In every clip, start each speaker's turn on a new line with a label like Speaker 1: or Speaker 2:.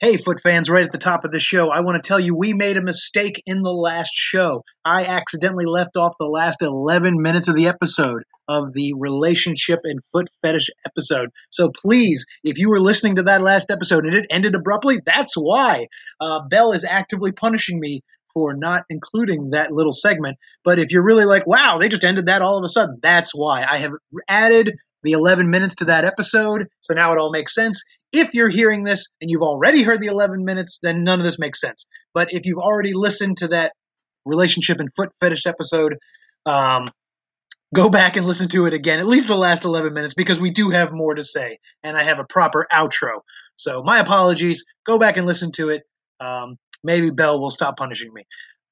Speaker 1: Hey, foot fans, right at the top of the show, I want to tell you we made a mistake in the last show. I accidentally left off the last 11 minutes of the episode of the relationship and foot fetish episode. So please, if you were listening to that last episode and it ended abruptly, that's why. Uh, Bell is actively punishing me for not including that little segment. But if you're really like, wow, they just ended that all of a sudden, that's why. I have added the 11 minutes to that episode, so now it all makes sense. If you're hearing this and you've already heard the 11 minutes, then none of this makes sense. But if you've already listened to that relationship and foot fetish episode, um, go back and listen to it again, at least the last 11 minutes, because we do have more to say. And I have a proper outro. So my apologies. Go back and listen to it. Um, maybe Bell will stop punishing me,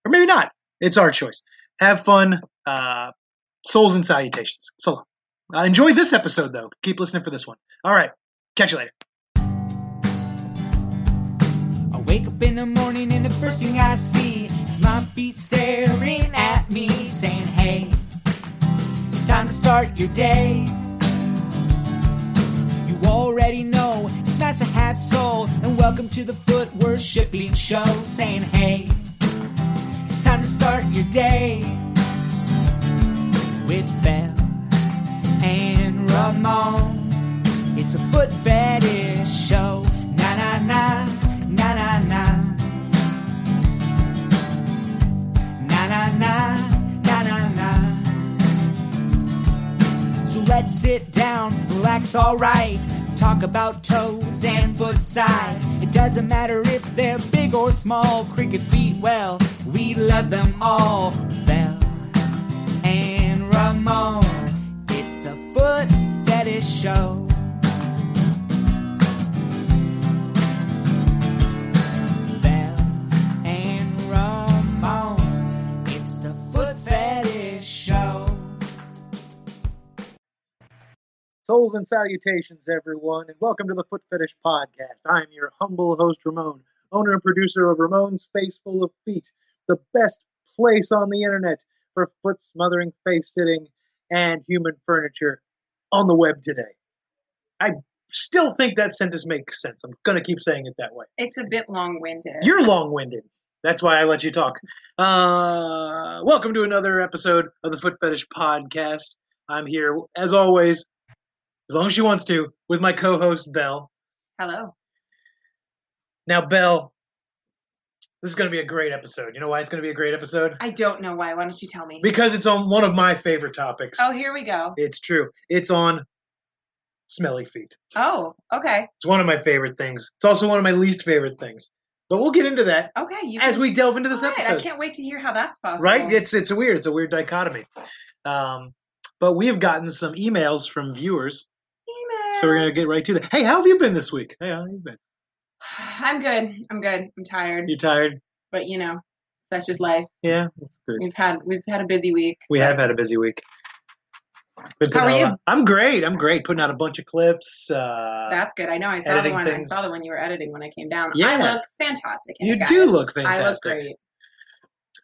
Speaker 1: or maybe not. It's our choice. Have fun. Uh, souls and salutations. So long. Uh, enjoy this episode, though. Keep listening for this one. All right. Catch you later.
Speaker 2: I wake up in the morning and the first thing I see is my feet staring at me saying, hey, it's time to start your day. You already know it's nice to have soul and welcome to the foot worshiping show saying, hey, it's time to start your day with Bell and Ramon. It's a foot fetish show. Na na na, na na na. Na na na, na na na. So let's sit down, relax, alright. Talk about toes and foot size. It doesn't matter if they're big or small. Cricket feet, well, we love them all. Bell and Ramon. It's a foot fetish show. Bell and Ramon. It's a foot fetish show.
Speaker 1: Souls and salutations, everyone, and welcome to the Foot Fetish Podcast. I am your humble host, Ramon, owner and producer of Ramon's Space Full of Feet, the best place on the internet for foot smothering, face sitting, and human furniture on the web today. I still think that sentence makes sense. I'm going to keep saying it that way.
Speaker 3: It's a bit long winded.
Speaker 1: You're long winded. That's why I let you talk. Uh, welcome to another episode of the Foot Fetish Podcast. I'm here, as always, as long as she wants to, with my co host, Belle.
Speaker 3: Hello.
Speaker 1: Now, Belle, this is going to be a great episode. You know why it's going to be a great episode?
Speaker 3: I don't know why. Why don't you tell me?
Speaker 1: Because it's on one of my favorite topics.
Speaker 3: oh, here we go.
Speaker 1: It's true. It's on smelly feet.
Speaker 3: Oh, okay.
Speaker 1: It's one of my favorite things. It's also one of my least favorite things. But we'll get into that
Speaker 3: Okay. You
Speaker 1: as
Speaker 3: can-
Speaker 1: we delve into this
Speaker 3: All right, I
Speaker 1: episode.
Speaker 3: can't wait to hear how that's possible.
Speaker 1: right? It's it's a weird. It's a weird dichotomy. Um, but we have gotten some emails from viewers,
Speaker 3: Emails.
Speaker 1: so we're gonna get right to that. Hey, how have you been this week? Hey, how have you been?
Speaker 3: I'm good. I'm good. I'm tired.
Speaker 1: You tired?
Speaker 3: But you know, such is life.
Speaker 1: Yeah, that's good.
Speaker 3: We've had we've had a busy week.
Speaker 1: We have had a busy week. Been putting
Speaker 3: How are
Speaker 1: out a
Speaker 3: you?
Speaker 1: lot- I'm great. I'm great. Putting out a bunch of clips. Uh,
Speaker 3: That's good. I know. I saw the
Speaker 1: editing
Speaker 3: one.
Speaker 1: things.
Speaker 3: I saw the one you were editing when I came down.
Speaker 1: Yeah.
Speaker 3: I look fantastic. in
Speaker 1: You
Speaker 3: it, guys.
Speaker 1: do look
Speaker 3: I look
Speaker 1: fantastic.
Speaker 3: great.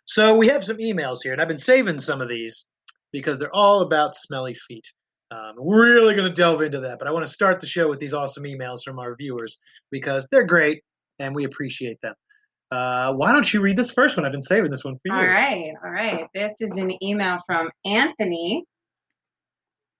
Speaker 1: So we have some emails here, and I've been saving some of these because they're all about smelly feet. Um, we're really going to delve into that, but I want to start the show with these awesome emails from our viewers because they're great and we appreciate them. Uh, why don't you read this first one? I've been saving this one for you.
Speaker 3: All right. All right. This is an email from Anthony.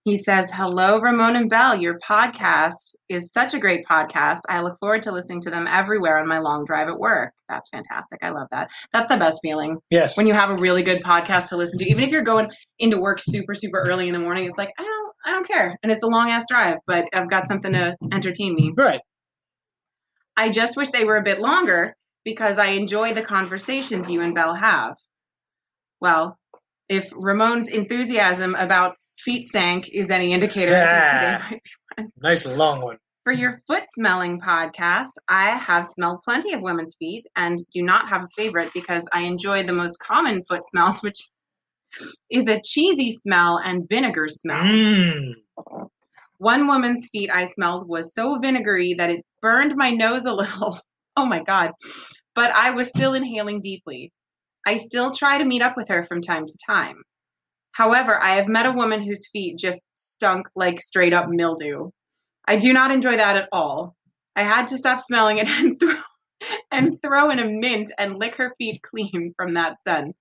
Speaker 3: He says, Hello, Ramon and Bell. Your podcast is such a great podcast. I look forward to listening to them everywhere on my long drive at work. That's fantastic. I love that. That's the best feeling
Speaker 1: Yes.
Speaker 3: when you have a really good podcast to listen to. Even if you're going into work super, super early in the morning, it's like, I don't, I don't care. And it's a long ass drive, but I've got something to entertain me.
Speaker 1: right.
Speaker 3: I just wish they were a bit longer because I enjoy the conversations you and Belle have. Well, if Ramon's enthusiasm about feet stank is any indicator, I think
Speaker 1: Yeah.
Speaker 3: today might be.
Speaker 1: Nice long one.
Speaker 3: For your foot smelling podcast, I have smelled plenty of women's feet and do not have a favorite because I enjoy the most common foot smells, which is a cheesy smell and vinegar smell.
Speaker 1: Mm.
Speaker 3: One woman's feet I smelled was so vinegary that it burned my nose a little. Oh my God. But I was still inhaling deeply. I still try to meet up with her from time to time. However, I have met a woman whose feet just stunk like straight up mildew. I do not enjoy that at all. I had to stop smelling it and throw and throw in a mint and lick her feet clean from that scent.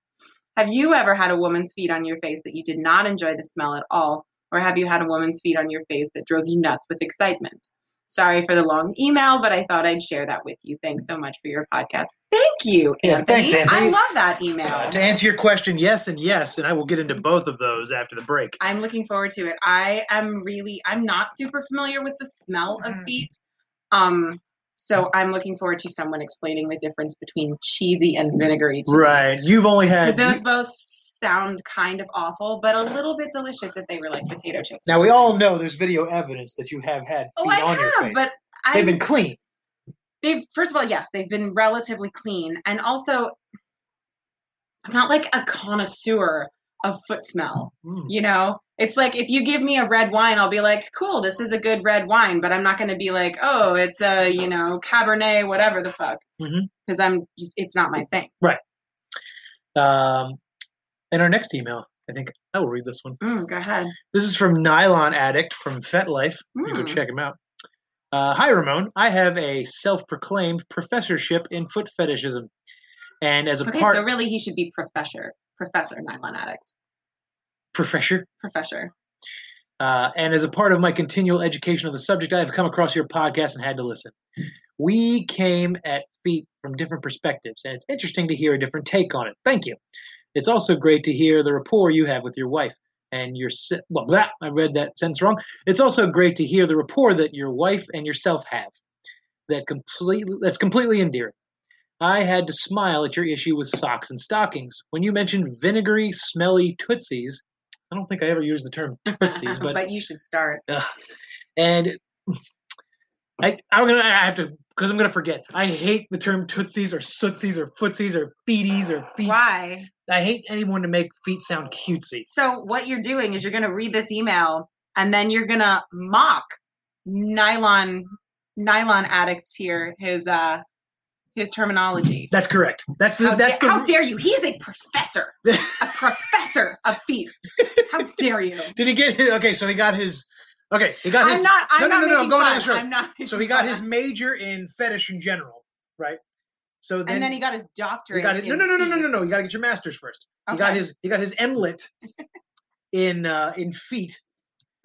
Speaker 3: Have you ever had a woman's feet on your face that you did not enjoy the smell at all? Or have you had a woman's feet on your face that drove you nuts with excitement? Sorry for the long email, but I thought I'd share that with you. Thanks so much for your podcast. Thank you,
Speaker 1: Yeah,
Speaker 3: Anthony.
Speaker 1: thanks, Anthony.
Speaker 3: I love that email.
Speaker 1: Uh, to answer your question, yes and yes, and I will get into both of those after the break.
Speaker 3: I'm looking forward to it. I am really I'm not super familiar with the smell of
Speaker 1: Mm.
Speaker 3: feet. Um so I'm looking forward to someone explaining the difference between cheesy and vinegary to me.
Speaker 1: Right. You've only
Speaker 3: Because
Speaker 1: had.
Speaker 3: those both sound kind of awful, but a little bit delicious if they were like potato chips. or
Speaker 1: now, we
Speaker 3: something.
Speaker 1: all know there's video evidence that you have had feet
Speaker 3: Oh, I
Speaker 1: on your
Speaker 3: have,
Speaker 1: face.
Speaker 3: but
Speaker 1: They've
Speaker 3: I
Speaker 1: been clean.
Speaker 3: they've first of all, yes, they've been relatively clean. And also I'm not like a connoisseur of foot smell.
Speaker 1: Mm.
Speaker 3: You know, it's like if you give me a red wine, I'll be like, cool, this is a good red wine, but I'm not going to be like, oh, it's a, you know, Cabernet, whatever the fuck.
Speaker 1: Mhm.
Speaker 3: Because I'm just, it's not my thing.
Speaker 1: Um, and our next email, I think I will read this one.
Speaker 3: Mm, go ahead.
Speaker 1: This is from Nylon Addict from FetLife. You can go
Speaker 3: Mm.
Speaker 1: check him out. Uh, Hi, Ramon. I have a self proclaimed professorship in foot fetishism. And as a
Speaker 3: Okay,
Speaker 1: part
Speaker 3: so really he should be professor, professor, nylon addict,
Speaker 1: professor,
Speaker 3: professor.
Speaker 1: Uh, and as a part of my continual education of the subject, I have come across your podcast and had to listen. We came at feet from different perspectives, and it's interesting to hear a different take on it. Thank you. It's also great to hear the rapport you have with your wife and your si- well, blah, I read that sentence wrong. It's also great to hear the rapport that your wife and yourself have. That completely that's completely endearing. I had to smile at your issue with socks and stockings when you mentioned vinegary, smelly tootsies. I don't think I ever used the term tootsies, but
Speaker 3: but you should start.
Speaker 1: Ugh. And I, I'm gonna I have to because I'm gonna forget. I hate the term tootsies or sootsies or footsies or feeties or feets.
Speaker 3: Why?
Speaker 1: I hate anyone to make feet sound cutesy.
Speaker 3: So what you're doing is you're going to read this email and then you're going to mock nylon, nylon addicts here, his, uh, his terminology.
Speaker 1: That's correct. That's the
Speaker 3: How,
Speaker 1: that's
Speaker 3: da- how
Speaker 1: the.
Speaker 3: dare you? He is a professor, a professor of feet. How dare you?
Speaker 1: Did he get his? Okay, so he got his. Okay, he got his.
Speaker 3: I'm not. I'm
Speaker 1: no,
Speaker 3: not
Speaker 1: no, no,
Speaker 3: making
Speaker 1: go down
Speaker 3: fun.
Speaker 1: this road.
Speaker 3: I'm not.
Speaker 1: so
Speaker 3: making
Speaker 1: he got
Speaker 3: fun.
Speaker 1: his major in fetish in general, right? So then,
Speaker 3: and then he got his
Speaker 1: he
Speaker 3: doctorate.
Speaker 1: got it. No,
Speaker 3: in
Speaker 1: no, no, no, no,
Speaker 3: feet.
Speaker 1: no, no. You got to get your master's first. He got
Speaker 3: Okay.
Speaker 1: his. He got his MLit in uh, in feet,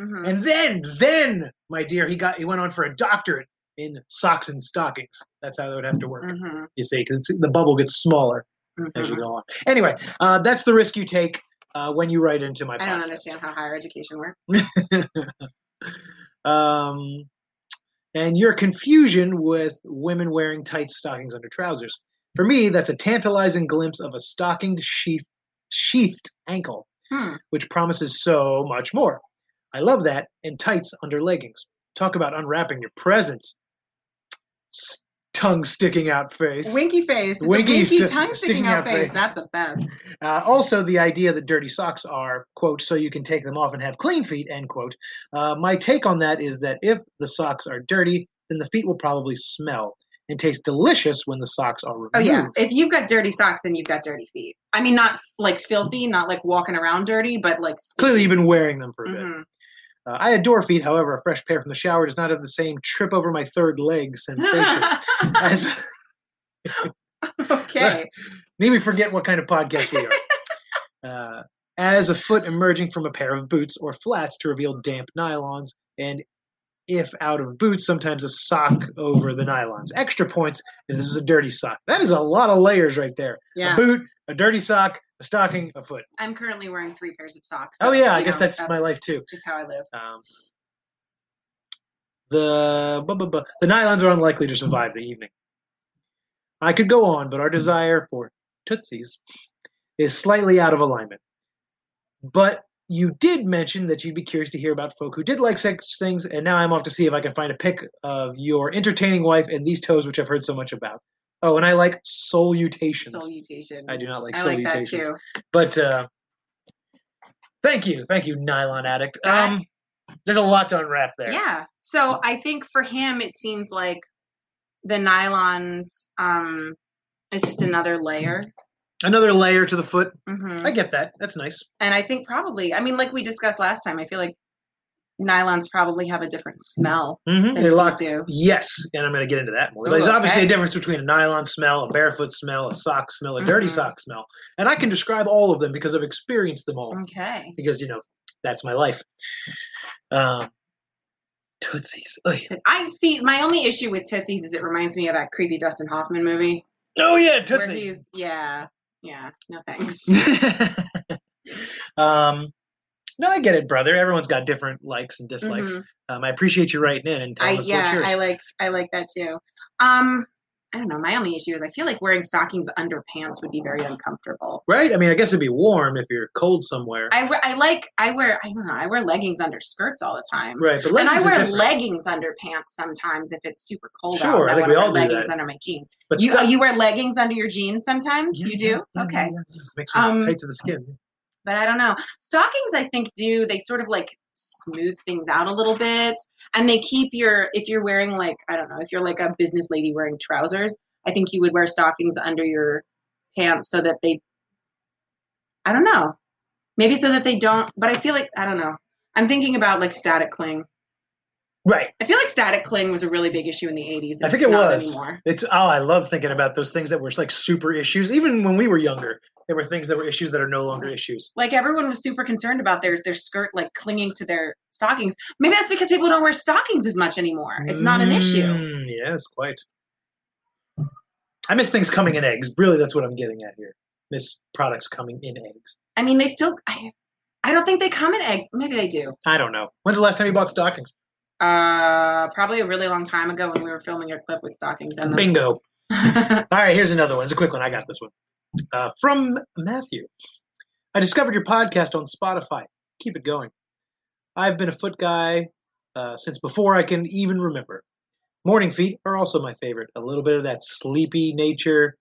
Speaker 3: Mhm.
Speaker 1: And then, then, my dear, he got he went on for a doctorate in socks and stockings. That's how that would have to work,
Speaker 3: Mhm.
Speaker 1: you see, because the bubble gets smaller as you
Speaker 3: Mhm.
Speaker 1: go on. Anyway, uh, that's the risk you take uh, when you write into my.
Speaker 3: I don't
Speaker 1: podcast.
Speaker 3: understand how higher education works.
Speaker 1: um, and your confusion with women wearing tight stockings under trousers. For me, that's a tantalizing glimpse of a stockinged sheath, sheathed ankle
Speaker 3: Hmm.
Speaker 1: which promises so much more. I love that and tights under leggings. Talk about unwrapping your presents. S- tongue sticking out face.
Speaker 3: Winky face. It's a
Speaker 1: Winky
Speaker 3: winky
Speaker 1: st-
Speaker 3: tongue
Speaker 1: sticking
Speaker 3: sticking out
Speaker 1: out
Speaker 3: face.
Speaker 1: face.
Speaker 3: That's the best.
Speaker 1: Uh, also, the idea that dirty socks are, quote, so you can take them off and have clean feet, end quote. Uh, my take on that is that if the socks are dirty, then the feet will probably smell and taste delicious when the socks are removed.
Speaker 3: Oh yeah. If you've got dirty socks, then you've got dirty feet. I mean, not like filthy, not like walking around dirty, but like
Speaker 1: Clearly, you've been wearing them for a bit.
Speaker 3: Mhm.
Speaker 1: Uh, I adore feet, however, a fresh pair from the shower does not have the same trip over my third leg sensation as
Speaker 3: okay.
Speaker 1: Made me forget what kind of podcast we are. uh, as a foot emerging from a pair of boots or flats to reveal damp nylons, and if out of boots, sometimes a sock over the nylons. Extra points if this is a dirty sock. That is a lot of layers right there.
Speaker 3: Yeah.
Speaker 1: A boot, a dirty sock, a stocking, a foot.
Speaker 3: I'm currently wearing three pairs of socks.
Speaker 1: Oh
Speaker 3: so,
Speaker 1: yeah, I
Speaker 3: you
Speaker 1: guess
Speaker 3: know,
Speaker 1: that's, my life too.
Speaker 3: Just how I live.
Speaker 1: Um, the bu- bu- bu- the nylons are unlikely to survive the evening. I could go on, but our desire for tootsies is slightly out of alignment. But you did mention that you'd be curious to hear about folk who did like such things, and now I'm off to see if I can find a pic of your entertaining wife and these toes, which I've heard so much about. Oh, and I like solutations.
Speaker 3: Solutations.
Speaker 1: I do not like
Speaker 3: I like that
Speaker 1: solutations,
Speaker 3: too.
Speaker 1: but uh, thank you, thank you, nylon addict.
Speaker 3: That-
Speaker 1: Um, there's a lot to unwrap there.
Speaker 3: Yeah.
Speaker 1: Mm.
Speaker 3: So I think for him, it seems like the nylons um, is just another layer.
Speaker 1: Another layer to the foot.
Speaker 3: hmm
Speaker 1: I get that. That's nice.
Speaker 3: And I think probably, I mean, like we discussed last time, I feel like nylons probably have a different smell
Speaker 1: hmm
Speaker 3: than
Speaker 1: They
Speaker 3: feet
Speaker 1: locked
Speaker 3: do.
Speaker 1: Yes, and I'm going to get into that more.
Speaker 3: Ooh,
Speaker 1: There's obviously a
Speaker 3: Mm-hmm. okay.
Speaker 1: difference between a nylon smell, a barefoot smell, a sock smell, a dirty
Speaker 3: Mhm.
Speaker 1: sock smell, and I can describe all of them because I've experienced them
Speaker 3: Mm-hmm.
Speaker 1: all.
Speaker 3: Okay.
Speaker 1: Because you know that's my life. Um, tootsies. Oy.
Speaker 3: I see. My only issue with Tootsies is it reminds me of that creepy Dustin Hoffman movie
Speaker 1: Oh yeah,
Speaker 3: where
Speaker 1: tootsie.
Speaker 3: he's yeah, yeah. No thanks.
Speaker 1: um, no, I get it, brother. Everyone's got different likes and dislikes.
Speaker 3: Mhm.
Speaker 1: Um, I appreciate you writing in and
Speaker 3: I
Speaker 1: telling us what's
Speaker 3: yeah,
Speaker 1: yours.
Speaker 3: I like I like that too. Um, I don't know. My only issue is I feel like wearing stockings under pants would be very uncomfortable.
Speaker 1: right? I mean, I guess it'd be warm if you're cold somewhere.
Speaker 3: I, we- I like I wear I don't know I wear leggings under skirts all the time.
Speaker 1: right, but
Speaker 3: and I
Speaker 1: leggings are
Speaker 3: wear
Speaker 1: different.
Speaker 3: leggings under pants sometimes if it's super cold out.
Speaker 1: Sure,
Speaker 3: and
Speaker 1: I think
Speaker 3: wanna
Speaker 1: we
Speaker 3: wear
Speaker 1: all do
Speaker 3: leggings
Speaker 1: that.
Speaker 3: under my jeans.
Speaker 1: but
Speaker 3: You,
Speaker 1: stuff-
Speaker 3: you wear leggings under your jeans sometimes?
Speaker 1: Yeah,
Speaker 3: you
Speaker 1: yeah,
Speaker 3: do?
Speaker 1: yeah,
Speaker 3: okay.
Speaker 1: yeah, yeah, yeah. Makes you
Speaker 3: Um,
Speaker 1: tight to the skin.
Speaker 3: But I don't know. Stockings I think do they sort of like smooth things out a little bit and they keep your if you're wearing like I don't know, if you're like a business lady wearing trousers, I think you would wear stockings under your pants so that they I don't know. Maybe so that they don't but I feel like I don't know. I'm thinking about like static cling.
Speaker 1: Right.
Speaker 3: I feel like static cling was a really big issue in the 80s. and
Speaker 1: I think
Speaker 3: it's
Speaker 1: it
Speaker 3: not
Speaker 1: was.
Speaker 3: Anymore.
Speaker 1: It's oh, I love thinking about those things that were like super issues. Even when we were younger, there were things that were issues that are no longer issues.
Speaker 3: Like everyone was super concerned about their their skirt like clinging to their stockings. Maybe that's because people don't wear stockings as much anymore. It's not an issue.
Speaker 1: Mm, yes, quite. I miss things coming in eggs. Really, that's what I'm getting at here. Miss products coming in eggs.
Speaker 3: I mean, they still. I, I don't think they come in eggs. Maybe they do.
Speaker 1: I don't know. When's the last time you bought stockings?
Speaker 3: Uh, probably a really long time ago when we were filming your clip with stockings and them.
Speaker 1: Bingo. All right, here's another one. It's a quick one. I got this one. Uh, from Matthew. I discovered your podcast on Spotify. Keep it going. I've been a foot guy uh, since before I can even remember. Morning feet are also my favorite. A little bit of that sleepy nature,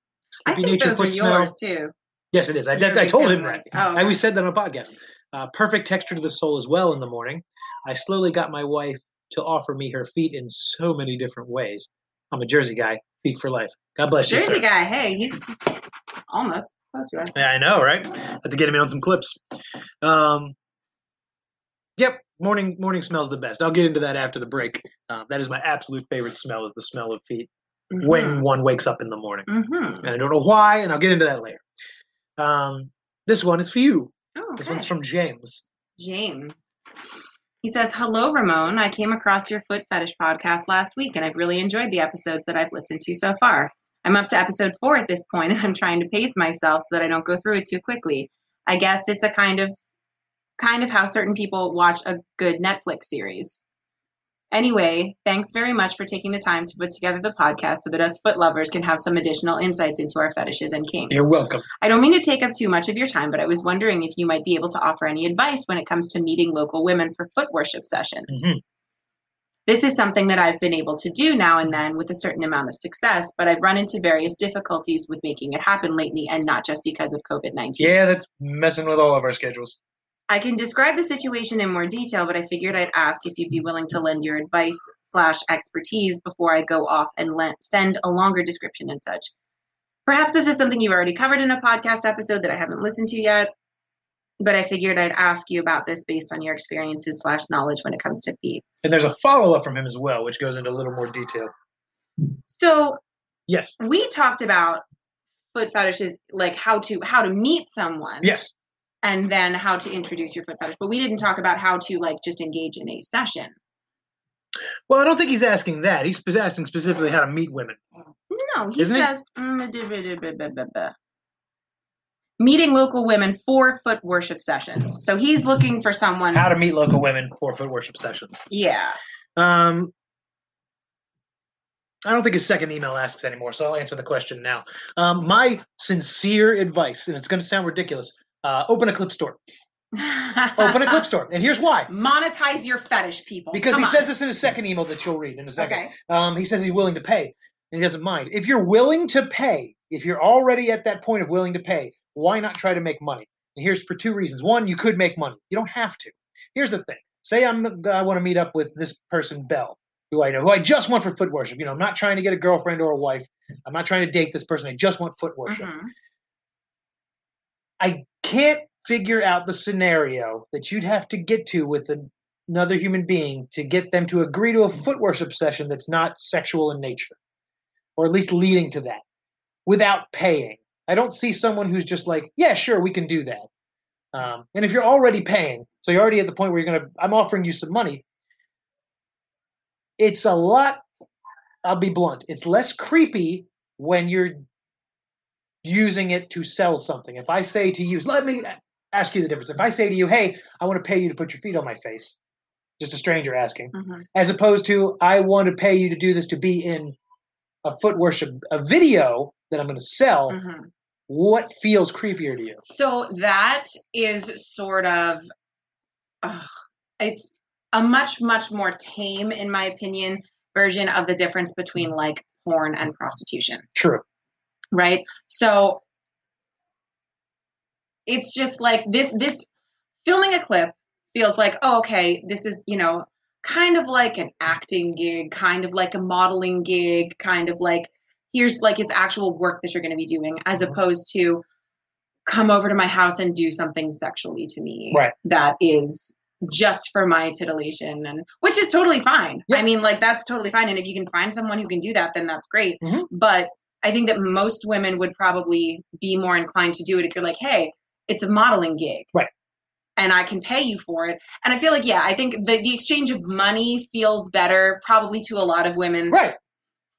Speaker 3: I
Speaker 1: sleepy
Speaker 3: think
Speaker 1: nature
Speaker 3: those are
Speaker 1: foot smell.
Speaker 3: yours too.
Speaker 1: Yes, it is. I,
Speaker 3: You're a
Speaker 1: I, I
Speaker 3: big
Speaker 1: told
Speaker 3: fan
Speaker 1: him
Speaker 3: of
Speaker 1: that.
Speaker 3: mine. Oh,
Speaker 1: I, we said that on a podcast. Uh, perfect texture to the soul as well in the morning. I slowly got my wife to offer me her feet in so many different ways. I'm a Jersey guy, feet for life. God bless you.
Speaker 3: Jersey
Speaker 1: sir.
Speaker 3: guy. Hey, he's almost close to us.
Speaker 1: Yeah, I know, right? Have to get him in on some clips. Um, yep, morning morning smells the best. I'll get into that after the break. Uh, that is my absolute favorite smell is the smell of feet when one wakes up in the morning.
Speaker 3: Mm-hmm.
Speaker 1: And I don't know why, and I'll get into that later. Um, this one is for you.
Speaker 3: Oh,
Speaker 1: This
Speaker 3: okay.
Speaker 1: one's from James.
Speaker 3: James. He says, Hello, Ramon. I came across your foot fetish podcast last week, and I've really enjoyed the episodes that I've listened to so far. I'm up to episode four at this point, and I'm trying to pace myself so that I don't go through it too quickly. I guess it's a kind of kind of how certain people watch a good Netflix series. Anyway, thanks very much for taking the time to put together the podcast so that us foot lovers can have some additional insights into our fetishes and kinks.
Speaker 1: You're welcome.
Speaker 3: I don't mean to take up too much of your time, but I was wondering if you might be able to offer any advice when it comes to meeting local women for foot worship sessions.
Speaker 1: Mhm.
Speaker 3: This is something that I've been able to do now and then with a certain amount of success, but I've run into various difficulties with making it happen lately and not just because of COVID 19.
Speaker 1: Yeah, that's messing with all of our schedules.
Speaker 3: I can describe the situation in more detail, but I figured I'd ask if you'd be willing to lend your advice slash expertise before I go off and lend, send a longer description and such. Perhaps this is something you've already covered in a podcast episode that I haven't listened to yet, but I figured I'd ask you about this based on your experiences slash knowledge when it comes to feet.
Speaker 1: And there's a follow up from him as well, which goes into a little more detail.
Speaker 3: So
Speaker 1: Yes.
Speaker 3: we talked about foot fetishes, like how to how to meet someone,
Speaker 1: Yes.
Speaker 3: and then how to introduce your foot fetish, but we didn't talk about how to like just engage in a session.
Speaker 1: Well, I don't think he's asking that. He's spe- asking specifically how to meet women.
Speaker 3: No, he
Speaker 1: Isn't it?
Speaker 3: says Mm, duh, duh, duh, duh, duh, duh, duh. meeting local women for foot worship sessions. So he's looking for someone.
Speaker 1: How to meet local women for foot worship sessions.
Speaker 3: yeah.
Speaker 1: Um, I don't think his second email asks anymore, so I'll answer the question now. Um, my sincere advice, and it's going to sound ridiculous, uh, open a clip store. Open Oh, a clip store. And here's why.
Speaker 3: Monetize your fetish, people.
Speaker 1: Because
Speaker 3: Come
Speaker 1: he
Speaker 3: on.
Speaker 1: says this in his second email that you'll read in a second.
Speaker 3: Okay.
Speaker 1: Um, he says he's willing to pay, and he doesn't mind. If you're willing to pay, if you're already at that point of willing to pay, why not try to make money? And here's for two reasons. One, you could make money. You don't have to. Here's the thing. Say I'm I want to meet up with this person Bell, who I know, who I just want for foot worship. You know, I'm not trying to get a girlfriend or a wife. I'm not trying to date this person. I just want foot worship.
Speaker 3: Mhm.
Speaker 1: I can't figure out the scenario that you'd have to get to with a another human being to get them to agree to a foot worship session that's not sexual in nature, or at least leading to that, without paying. I don't see someone who's just like, yeah, sure, we can do that. Um, and if you're already paying, so you're already at the point where you're gonna, I'm offering you some money. It's a lot. I'll be blunt. It's less creepy when you're using it to sell something. If I say to you, let me ask you the difference. If I say to you, hey, I want to pay you to put your feet on my face, just a stranger asking,
Speaker 3: Mhm.
Speaker 1: as opposed to I want to pay you to do this to be in a foot worship, a video that I'm going to sell,
Speaker 3: Mhm.
Speaker 1: what feels creepier to you?
Speaker 3: So that is sort of, ugh, it's a much, much more tame, in my opinion, version of the difference between like porn and prostitution,
Speaker 1: True.
Speaker 3: right? So it's just like this, this filming a clip feels like, oh, okay, this is, you know, kind of like an acting gig, kind of like a modeling gig, kind of like here's like it's actual work that you're going to be doing, as
Speaker 1: Mhm.
Speaker 3: opposed to come over to my house and do something sexually to me
Speaker 1: Right.
Speaker 3: that is just for my titillation and which is totally fine.
Speaker 1: Yeah.
Speaker 3: I mean like that's totally fine and if you can find someone who can do that then that's great.
Speaker 1: Mhm.
Speaker 3: But I think that most women would probably be more inclined to do it if you're like, "Hey, it's a modeling gig."
Speaker 1: Right.
Speaker 3: And I can pay you for it. And I feel like yeah, I think the the exchange of money feels better probably to a lot of women
Speaker 1: Right.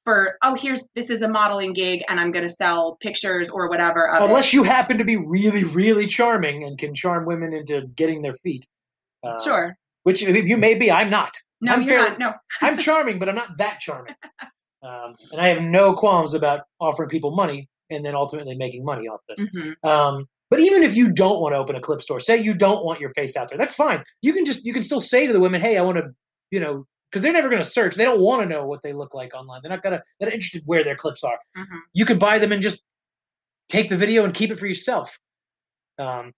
Speaker 3: for oh here's this is a modeling gig and I'm going to sell pictures or whatever of it.
Speaker 1: Unless you happen to be really, really charming and can charm women into getting their feet. Uh,
Speaker 3: Sure.
Speaker 1: Which you may be. I'm not.
Speaker 3: No,
Speaker 1: I'm
Speaker 3: you're
Speaker 1: fairly-
Speaker 3: not. No.
Speaker 1: I'm charming, but I'm not that charming. Um, and I have no qualms about offering people money and then ultimately making money off this.
Speaker 3: Mhm.
Speaker 1: Um, but even if you don't want to open a clip store, say you don't want your face out there, that's fine. You can just you can still say to the women, "Hey, I want to," you know, because they're never going to search. They don't want to know what they look like online. They're not gonna. They're not interested where their clips are.
Speaker 3: Mhm.
Speaker 1: You could buy them and just take the video and keep it for yourself. Um,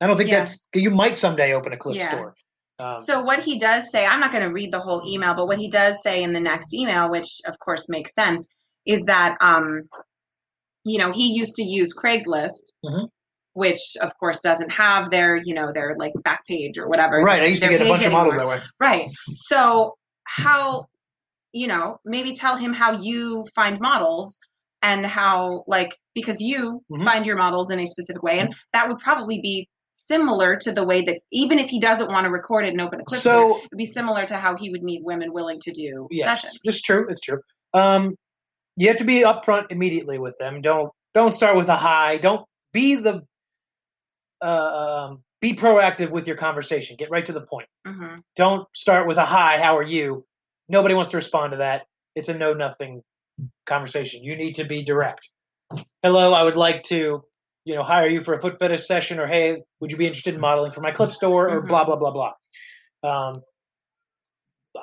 Speaker 1: I don't think
Speaker 3: Yeah.
Speaker 1: that's. You might someday open a clip
Speaker 3: Yeah.
Speaker 1: store. Um,
Speaker 3: So what he does say, I'm not going to read the whole email, but what he does say in the next email, which of course makes sense, is that um, you know he used to use Craigslist,
Speaker 1: Mhm.
Speaker 3: which of course doesn't have their you know their like back page or whatever.
Speaker 1: right. I used to
Speaker 3: their
Speaker 1: get a
Speaker 3: page
Speaker 1: bunch of models
Speaker 3: anymore.
Speaker 1: that way.
Speaker 3: Right. So how you know maybe tell him how you find models and how like because you
Speaker 1: Mhm.
Speaker 3: find your models in a specific way
Speaker 1: Mm-hmm.
Speaker 3: and that would probably be similar to the way that even if he doesn't want to record it and open a clip store,
Speaker 1: So
Speaker 3: would be similar to how he would meet women willing to do
Speaker 1: Yes,
Speaker 3: sessions.
Speaker 1: it's true. It's true. Um, you have to be upfront immediately with them. Don't don't start with a high. Don't be the uh, um, be proactive with your conversation. Get right to the point.
Speaker 3: hmm
Speaker 1: Don't start with a hi. How are you? Nobody wants to respond to that. It's a no nothing conversation. You need to be direct. Hello, I would like to you know hire you for a foot fetish session, or hey, would you be interested in modeling for my clip store, or
Speaker 3: Mhm.
Speaker 1: blah blah blah blah. Um,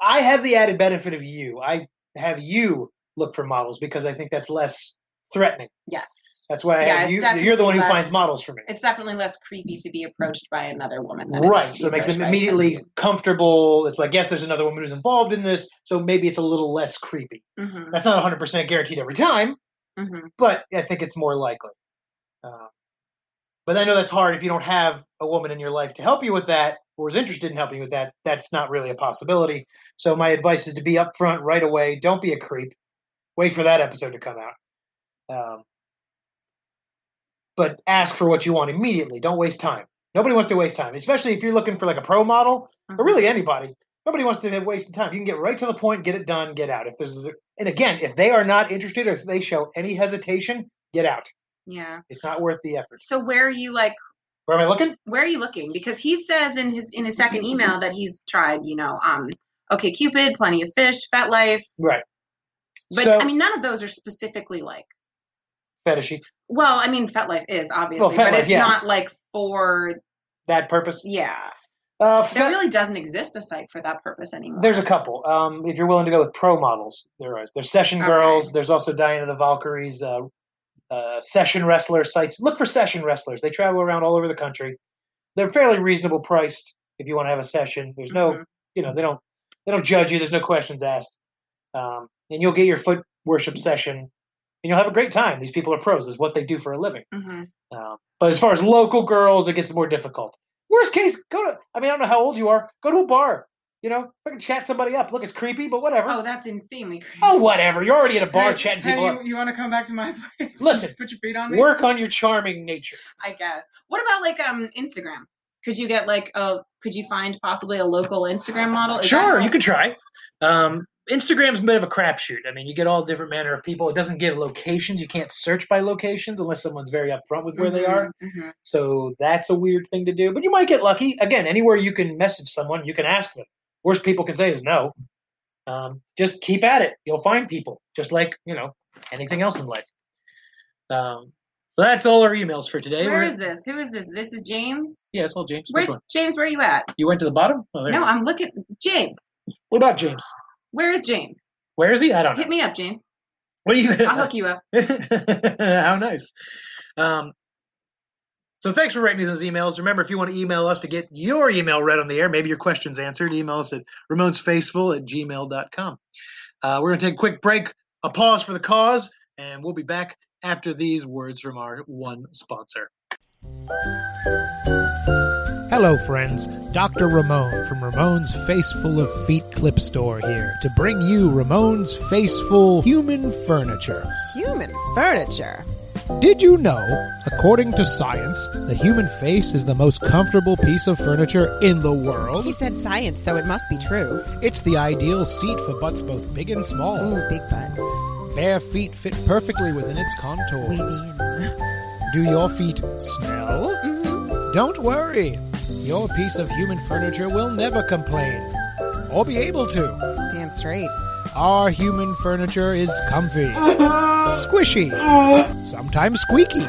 Speaker 1: I have the added benefit of you. I have you look for models because I think that's less threatening.
Speaker 3: Yes,
Speaker 1: That's why I
Speaker 3: Yeah,
Speaker 1: have
Speaker 3: it's
Speaker 1: you. You're the one who
Speaker 3: definitely
Speaker 1: finds
Speaker 3: less-
Speaker 1: models for me,
Speaker 3: it's definitely less creepy to be approached by another woman. Than
Speaker 1: right?
Speaker 3: is to
Speaker 1: So it
Speaker 3: be
Speaker 1: makes them
Speaker 3: approached by some
Speaker 1: immediately comfortable. It's like yes, there's another woman who's involved in this, so maybe it's a little less creepy.
Speaker 3: dude. Mhm,
Speaker 1: That's not 100 percent guaranteed every time,
Speaker 3: mhm.
Speaker 1: but I think it's more likely. Uh, but I know that's hard if you don't have a woman in your life to help you with that or is interested in helping you with that. That's not really a possibility. So my advice is to be upfront right away. Don't be a creep. Wait for that episode to come out. Um, but ask for what you want immediately. Don't waste time. Nobody wants to waste time, especially if you're looking for like a pro model or really anybody. Nobody wants to have wasted time. You can get right to the point, get it done, get out. If there's a- and again, if they are not interested or if they show any hesitation, get out.
Speaker 3: Yeah.
Speaker 1: It's not worth the effort.
Speaker 3: So where are you like?
Speaker 1: Where am I looking?
Speaker 3: where are you looking? Because he says in his in his
Speaker 1: Mm-hmm,
Speaker 3: second email that he's tried, you know, um, okay, Cupid, Plenty of Fish, Fat Life,
Speaker 1: Right.
Speaker 3: but
Speaker 1: so
Speaker 3: I mean, none of those are specifically like.
Speaker 1: fetishy.
Speaker 3: Well, I mean, Fat Life is obviously,
Speaker 1: Fat
Speaker 3: but
Speaker 1: Life,
Speaker 3: it's
Speaker 1: yeah.
Speaker 3: not like for
Speaker 1: that purpose.
Speaker 3: yeah.
Speaker 1: Uh,
Speaker 3: There
Speaker 1: fe-
Speaker 3: really doesn't exist a site for that purpose anymore.
Speaker 1: there's a couple. Um, if you're willing to go with pro models, there is. There's Session
Speaker 3: Okay.
Speaker 1: Girls. There's also Diana the Valkyries. Uh, uh, session wrestler sites. Look for session wrestlers. They travel around all over the country. They're fairly reasonable priced if you want to have a session. There's no,
Speaker 3: Mhm.
Speaker 1: you know, they don't they don't judge you. There's no questions asked, um, and you'll get your foot worship session, and you'll have a great time. These people are pros. Is what they do for a living.
Speaker 3: Mhm.
Speaker 1: Um, but as far as local girls, it gets more difficult. Worst case, go to. I mean, I don't know how old you are. Go to a bar. You know, fucking chat somebody up. Look, it's creepy, but whatever.
Speaker 3: Oh, that's insanely creepy.
Speaker 1: Oh, whatever. You're already at a bar
Speaker 3: Hey,
Speaker 1: chatting
Speaker 3: hey,
Speaker 1: people
Speaker 3: you, you want to come back to my place?
Speaker 1: Listen,
Speaker 3: put your feet on
Speaker 1: up.
Speaker 3: me.
Speaker 1: Work on your charming nature.
Speaker 3: I guess. What about like um Instagram? Could you get like a? Could you find possibly a local Instagram model? Is that
Speaker 1: Sure,
Speaker 3: how-
Speaker 1: you could try. Um, Instagram's a bit of a crapshoot. I mean, you get all different manner of people. It doesn't give locations. You can't search by locations unless someone's very upfront with where they are.
Speaker 3: Mhm, mhm.
Speaker 1: So that's a weird thing to do. But you might get lucky. Again, anywhere you can message someone, you can ask them. Worst people can say is no. Um, just keep at it. You'll find people, just like you know anything else in life. Um, so that's all our emails for today.
Speaker 3: Where
Speaker 1: We're-
Speaker 3: is this? Who is this? This is James.
Speaker 1: yeah, it's all James. Which
Speaker 3: Where's
Speaker 1: one?
Speaker 3: James? Where are you at?
Speaker 1: You went to the bottom. Oh, there.
Speaker 3: No, I'm looking. James,
Speaker 1: What about James?
Speaker 3: where is James?
Speaker 1: Where is he? I don't know.
Speaker 3: Hit me up, James.
Speaker 1: What are you?
Speaker 3: I'll hook you up.
Speaker 1: How nice. Um, so thanks for writing me those emails. Remember, if you want to email us to get your email read on the air, maybe your questions answered, email us at ramonsfaceful at gmail.com. Uh, we're going to take a quick break, a pause for the cause, and we'll be back after these words from our one sponsor.
Speaker 4: Hello, friends. Dr. Ramon from Ramon's Faceful of Feet Clip Store here to bring you Ramon's Faceful Human Furniture.
Speaker 5: Human furniture.
Speaker 4: Did you know, according to science, the human face is the most comfortable piece of furniture in the world?
Speaker 5: He said science, so it must be true.
Speaker 4: It's the ideal seat for butts both big and small.
Speaker 5: Ooh, big butts.
Speaker 4: Bare feet fit perfectly within its
Speaker 5: We
Speaker 4: contours.
Speaker 5: mean.
Speaker 4: Do your feet smell? Don't worry. Your piece of human furniture will never complain or be able to.
Speaker 5: Damn straight.
Speaker 4: Our human furniture is comfy, squishy, sometimes squeaky,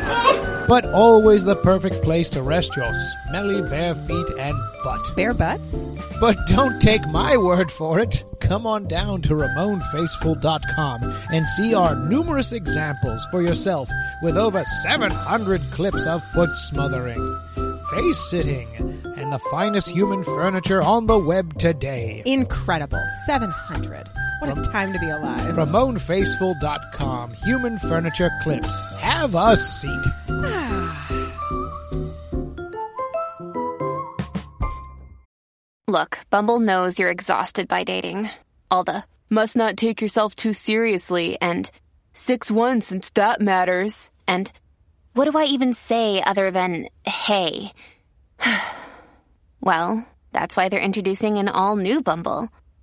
Speaker 4: but always the perfect place to rest your smelly bare feet and butt.
Speaker 5: Bare butts?
Speaker 4: But don't take my word for it. Come on down to RamonFaceful.com and see our numerous examples for yourself with over 700 clips of foot smothering, face sitting, and the finest human furniture on the web today.
Speaker 5: Incredible. 700. What a time to be alive.
Speaker 4: RamonFaceful.com. Human furniture clips. Have a seat.
Speaker 6: Look, Bumble knows you're exhausted by dating. All the must not take yourself too seriously and 6 1 since that matters. And what do I even say other than hey? well, that's why they're introducing an all new Bumble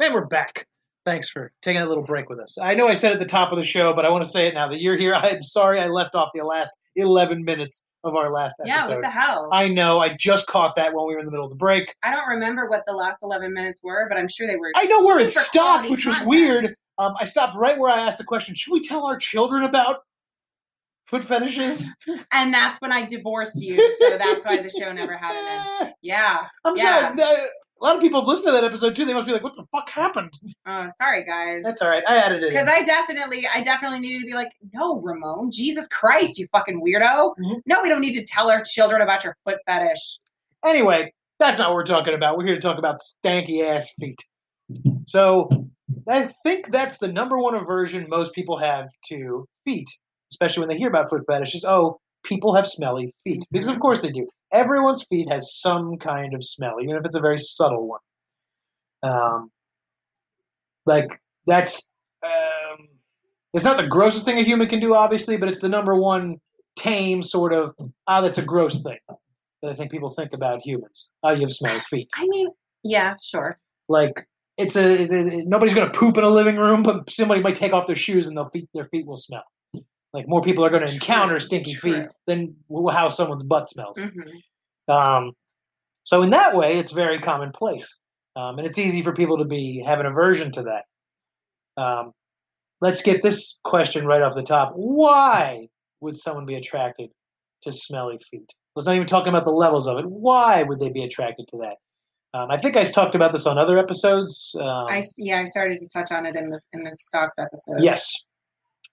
Speaker 1: And we're back. Thanks for taking that little break with us. I know I said at the top of the show, but I want to say it now that you're here. I'm sorry I left off the last 11 minutes of our last
Speaker 3: Yeah,
Speaker 1: episode.
Speaker 3: what the hell? I,
Speaker 1: I know. I just caught that when we were in the middle of the break.
Speaker 3: don't remember what the last 11 minutes were, but I'm sure they were.
Speaker 1: I know where it
Speaker 3: super
Speaker 1: stopped,
Speaker 3: quality
Speaker 1: which was
Speaker 3: content.
Speaker 1: weird. Um, I stopped right where I asked the question: Should we tell our children about foot fetishes?
Speaker 3: And that's when I divorced you, so that's why the show never had an end.
Speaker 1: Eh,
Speaker 3: Yeah.
Speaker 1: I'm
Speaker 3: Yeah.
Speaker 1: sorry. uh, A lot of people have listened to that episode too. They must be like, "What the fuck happened?"
Speaker 3: Oh, sorry, guys.
Speaker 1: That's all right. I added it.
Speaker 3: Because
Speaker 1: in.
Speaker 3: I definitely, I definitely needed to be like, no, Ramon, Jesus Christ, you fucking weirdo.
Speaker 1: Mhm.
Speaker 3: No, we don't need to tell our children about your foot fetish.
Speaker 1: Anyway, that's not what we're talking about. We're here to talk about stanky ass feet. So, I think that's the number one aversion most people have to feet, especially when they hear about foot fetishes. Oh, people have smelly feet. Because, of course, they do. Everyone's feet has some kind of smell, even if it's a very subtle one. Um, like, that's. Um, it's not the grossest thing a human can do, obviously, but it's the number one tame sort of, ah, that's a gross thing that I think people think about humans. Oh, you have smelly feet.
Speaker 3: I mean, yeah, sure.
Speaker 1: Like it's a it- it- nobody's going to poop in a living room, but somebody might take off their shoes and their feet their feet will smell. Like more people are going to
Speaker 3: True,
Speaker 1: encounter stinky feet
Speaker 3: true.
Speaker 1: than w- how someone's butt smells.
Speaker 3: Mhm.
Speaker 1: Um, so in that way, it's very commonplace. Um, and it's easy for people to be have an aversion to that. Um, let's get this question right off the top. Why would someone be attracted to smelly feet? Let's not even talking about the levels of it. Why would they be attracted to that? Um, I think I talked about this on other episodes. Um,
Speaker 3: I s- yeah, I started to touch on it in the in the socks episode.
Speaker 1: Yes.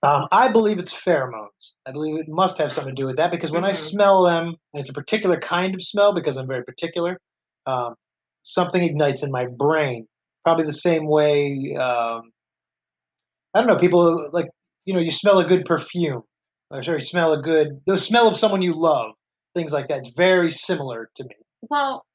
Speaker 1: Um, I believe it's pheromones. I believe it must have something to do with that because when I
Speaker 3: Mhm.
Speaker 1: smell them, and it's a particular kind of smell because I'm very particular, um, something ignites in my brain. Probably the same way, um, I don't know, people like, you know, you smell a good perfume. Or sorry, you smell a good, the smell of someone you love, things like that. It's very similar to me.
Speaker 3: Well,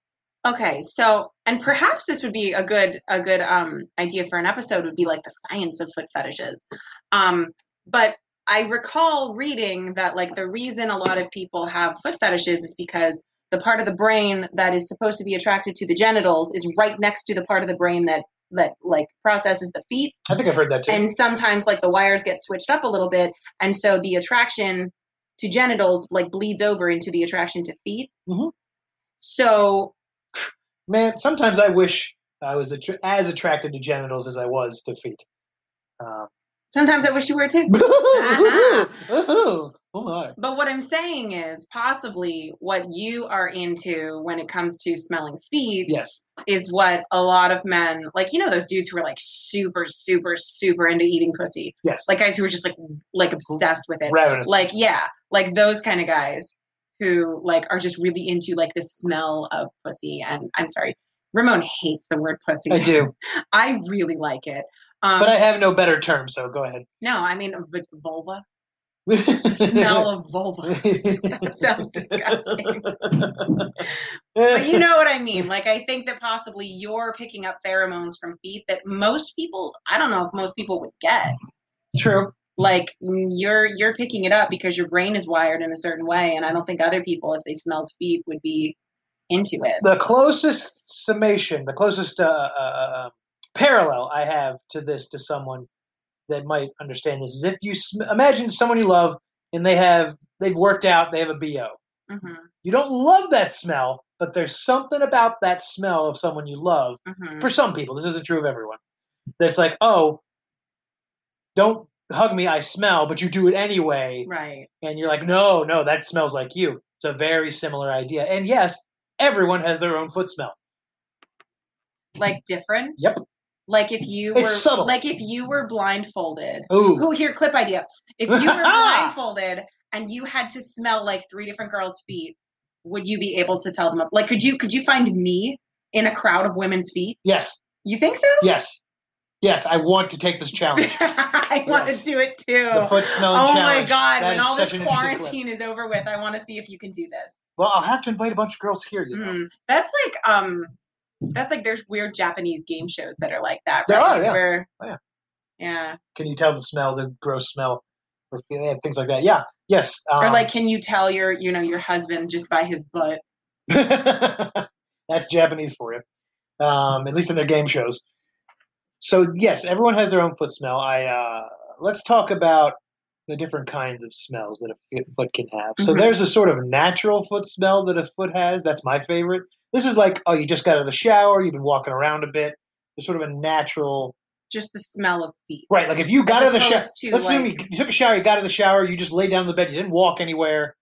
Speaker 3: okay, so and perhaps this would be a good a good um idea for an episode would be like the science of foot fetishes. Um but I recall reading that like the reason a lot of people have foot fetishes is because the part of the brain that is supposed to be attracted to the genitals is right next to the part of the brain that that like processes the feet
Speaker 1: I think I've heard that too.
Speaker 3: and sometimes like the wires get switched up a little bit and so the attraction to genitals like bleeds over into the attraction to feet
Speaker 1: Mhm.
Speaker 3: so
Speaker 1: Man, sometimes I wish I was attr as attracted to genitals as I was to feet. Um,
Speaker 3: sometimes i wish you were too
Speaker 1: oh my.
Speaker 3: but what i'm saying is possibly what you are into when it comes to smelling feet
Speaker 1: Yes.
Speaker 3: is what a lot of men like you know those dudes who are like super super super into eating pussy
Speaker 1: Yes.
Speaker 3: like guys who are just like like obsessed with it
Speaker 1: Ravenous.
Speaker 3: like yeah like those kind of guys who like are just really into like the smell of pussy and i'm sorry ramon hates the word pussy
Speaker 1: I do.
Speaker 3: i really like it um
Speaker 1: But I have no better term, so go ahead.
Speaker 3: no i mean v- vulva the smell of vulva that sounds disgusting
Speaker 1: Eh,
Speaker 3: but you know what i mean like i think that possibly you're picking up pheromones from feet that most people i don't know if most people would get
Speaker 1: True.
Speaker 3: like you're you're picking it up because your brain is wired in a certain way and i don't think other people if they smelled feet would be into it
Speaker 1: The closest summation, the closest uh, uh, uh, parallel I have to this to someone that might understand this is if you sm- imagine someone you love and they have they've worked out, they have a bo.
Speaker 3: mm-hmm,
Speaker 1: You don't love that smell, but there's something about that smell of someone you love
Speaker 3: mm-hmm.
Speaker 1: for some people, this isn't true of everyone. That's like, oh, don't hug me, I smell, but you do it anyway.
Speaker 3: right
Speaker 1: And you're like, no, no, that smells like you. It's a very similar idea. And yes, everyone has their own foot smell.
Speaker 3: like different
Speaker 1: Yep.
Speaker 3: like if you
Speaker 1: It's
Speaker 3: were
Speaker 1: subtle.
Speaker 3: like if you were blindfolded
Speaker 1: Ooh.
Speaker 3: who here clip idea if you were blindfolded and you had to smell like three different girls feet would you be able to tell them up like could you could you find me in a crowd of women's feet
Speaker 1: Yes,
Speaker 3: you think so
Speaker 1: yes, yes. I want to take this challenge.
Speaker 3: i want
Speaker 1: Oh. Yes.
Speaker 3: to do it too
Speaker 1: The foot smelling
Speaker 3: oh
Speaker 1: challenge.
Speaker 3: my god,
Speaker 1: That
Speaker 3: when
Speaker 1: is
Speaker 3: all this
Speaker 1: such an interesting clip.
Speaker 3: quarantine is over with, I want to see if you can do this.
Speaker 1: Well, I'll have to invite a bunch of girls here, you know.
Speaker 3: Mm. That's like um that's like there's weird Japanese game shows that are like that,
Speaker 1: There
Speaker 3: right?
Speaker 1: are, yeah.
Speaker 3: Where-
Speaker 1: Oh, yeah.
Speaker 3: yeah.
Speaker 1: Can you tell the smell, the gross smell, or feel- yeah, things like that? Yeah, yes. Um,
Speaker 3: or like can you tell your you know your husband just by his butt?
Speaker 1: That's Japanese for you, um, at least in their game shows. So yes, everyone has their own foot smell. I uh, let's talk about the different kinds of smells that a f- foot can have. So
Speaker 3: Mhm.
Speaker 1: there's a sort of natural foot smell that a foot has. That's my favorite. This is like oh, you just got out of the shower, you've been walking around a bit. There's sort of a natural
Speaker 3: Just the smell of feet.
Speaker 1: right. Like if you got out
Speaker 3: As
Speaker 1: of the shower,
Speaker 3: opposed to,
Speaker 1: let's assume you,
Speaker 3: like-
Speaker 1: you took a shower, you got out of the shower, you just lay down on the bed, you didn't walk anywhere.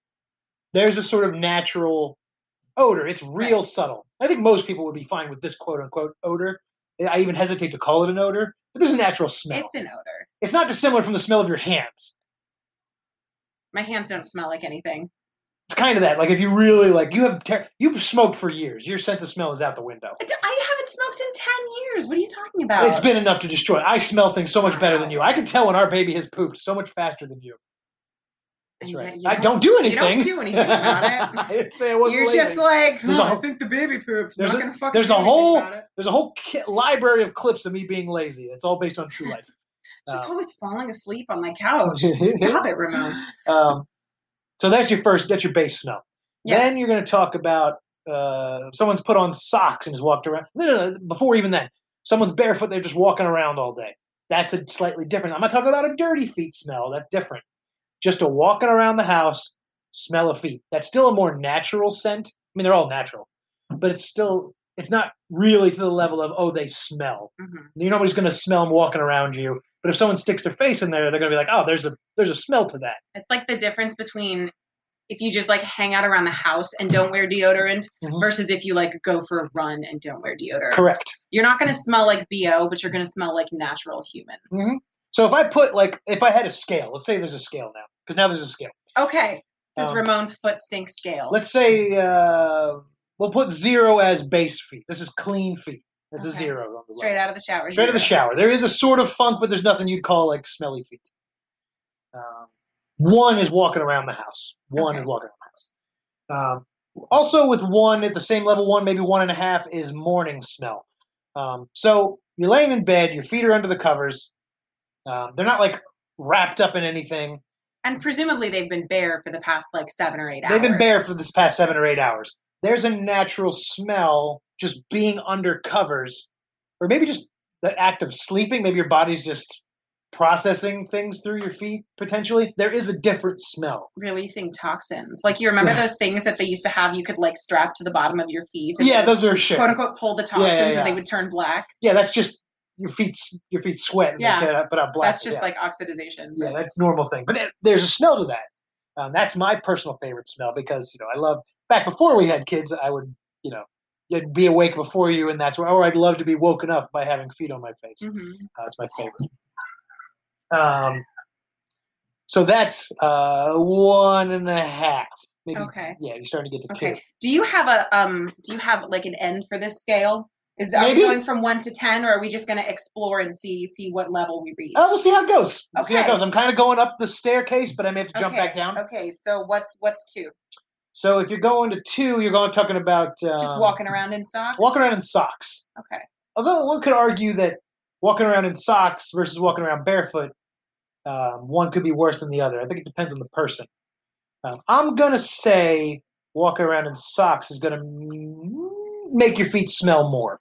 Speaker 1: There's a sort of natural odor. It's real
Speaker 3: Right.
Speaker 1: subtle. I think most people would be fine with this quote unquote odor. I even hesitate to call it an odor, but there's a natural smell.
Speaker 3: It's an odor.
Speaker 1: It's not dissimilar from the smell of your hands.
Speaker 3: My hands don't smell like anything.
Speaker 1: It's kind of that. Like if you really like, you have ter- you've smoked for years. Your sense of smell is out the window.
Speaker 3: I, don't- I haven't smoked in ten years. What are you talking about?
Speaker 1: It's been enough to destroy. I smell things so much better than you. I can tell when our baby has pooped so much faster than you. That's
Speaker 3: Yeah,
Speaker 1: right.
Speaker 3: you
Speaker 1: I
Speaker 3: don't-
Speaker 1: don't do
Speaker 3: you don't
Speaker 1: anything.
Speaker 3: do anything about it.
Speaker 1: I didn't say I wasn't
Speaker 3: You're
Speaker 1: lazy.
Speaker 3: just like,
Speaker 1: There's
Speaker 3: "Huh,
Speaker 1: a
Speaker 3: I
Speaker 1: whole-
Speaker 3: think the baby pooped.
Speaker 1: there's
Speaker 3: Not
Speaker 1: a-
Speaker 3: gonna fucking
Speaker 1: there's
Speaker 3: do
Speaker 1: a
Speaker 3: anything
Speaker 1: whole-
Speaker 3: about it."
Speaker 1: There's a whole ki- library of clips of me being lazy. It's all based on true life.
Speaker 3: Just
Speaker 1: Um,
Speaker 3: always falling asleep on my couch. Stop it, Ramon.
Speaker 1: Um, so that's your first, that's your base smell.
Speaker 3: Yes.
Speaker 1: Then you're going to talk about uh, someone's put on socks and has walked around. No, no, no, before even then, someone's barefoot, they're just walking around all day. That's a slightly different. I'm not talking about a dirty feet smell. That's different. Just a walking around the house, smell of feet. That's still a more natural scent. I mean, they're all natural, but it's still it's not really to the level of oh they smell.
Speaker 3: Mhm.
Speaker 1: You nobody's going to smell them walking around you. But if someone sticks their face in there, they're going to be like, oh, there's a there's a smell to that.
Speaker 3: It's like the difference between if you just like hang out around the house and don't wear deodorant
Speaker 1: Mhm.
Speaker 3: versus if you like go for a run and don't wear deodorant.
Speaker 1: Correct.
Speaker 3: You're not going to smell like BO, but you're going to smell like natural human.
Speaker 1: So if I put like if I had a scale, let's say there's a scale now because now there's a scale.
Speaker 3: Okay. This is
Speaker 1: Um,
Speaker 3: Ramon's foot stink scale.
Speaker 1: Let's say uh, we'll put zero as base feet. This is clean feet. That's a
Speaker 3: Okay.
Speaker 1: zero. On the
Speaker 3: Straight
Speaker 1: level.
Speaker 3: out of the shower.
Speaker 1: Straight out of the
Speaker 3: zero.
Speaker 1: shower. There is a sort of funk, but there's nothing you'd call like smelly feet. Um, one is walking around the house. One
Speaker 3: Okay.
Speaker 1: is walking around the house. Um, also, with one at the same level, one maybe one and a half is morning smell. Um, so you're laying in bed, your feet are under the covers. Um, they're not like wrapped up in anything.
Speaker 3: And presumably they've been bare for the past like seven or eight hours.
Speaker 1: They've been bare for this past seven or eight hours. There's a natural smell just being under covers, or maybe just the act of sleeping. Maybe your body's just processing things through your feet potentially. There is a different smell.
Speaker 3: releasing toxins. Like you remember those things that they used to have you could like strap to the bottom of your feet. and
Speaker 1: Yeah,
Speaker 3: they would,
Speaker 1: those are shit.
Speaker 3: quote unquote pull the toxins
Speaker 1: yeah.
Speaker 3: and they would turn black.
Speaker 1: Yeah, that's just your feet. Your feet sweat. And
Speaker 3: Yeah.
Speaker 1: they get up, but i black.
Speaker 3: That's just
Speaker 1: yeah.
Speaker 3: like oxidization.
Speaker 1: yeah, that's a normal thing. But it- there's a smell to that. Um, that's my personal favorite smell because you know I love. Back before we had kids, I would you know I'd be awake before you, and that's where. Or I'd love to be woken up by having feet on my face.
Speaker 3: hmm
Speaker 1: Uh, it's my favorite. Um, so that's uh, one and a half. Maybe,
Speaker 3: Okay.
Speaker 1: Yeah, you're starting to get to
Speaker 3: Okay.
Speaker 1: two.
Speaker 3: Do you have a um do you have like an end for this scale? Is are
Speaker 1: Maybe.
Speaker 3: we going from one to ten or are we just gonna explore and see see what level we reach?
Speaker 1: Uh, we'll see how it goes. We'll see how it
Speaker 3: Okay.
Speaker 1: goes. I'm kind of going up the staircase, but I may have to jump
Speaker 3: Okay,
Speaker 1: back down.
Speaker 3: Okay, so what's what's two?
Speaker 1: So if you're going to two, you're going talking about um,
Speaker 3: Just walking around in socks?
Speaker 1: walking around in socks.
Speaker 3: Okay.
Speaker 1: Although one could argue that walking around in socks versus walking around barefoot, um, one could be worse than the other. I think it depends on the person. Um, I'm gonna say walking around in socks is gonna m- make your feet smell more.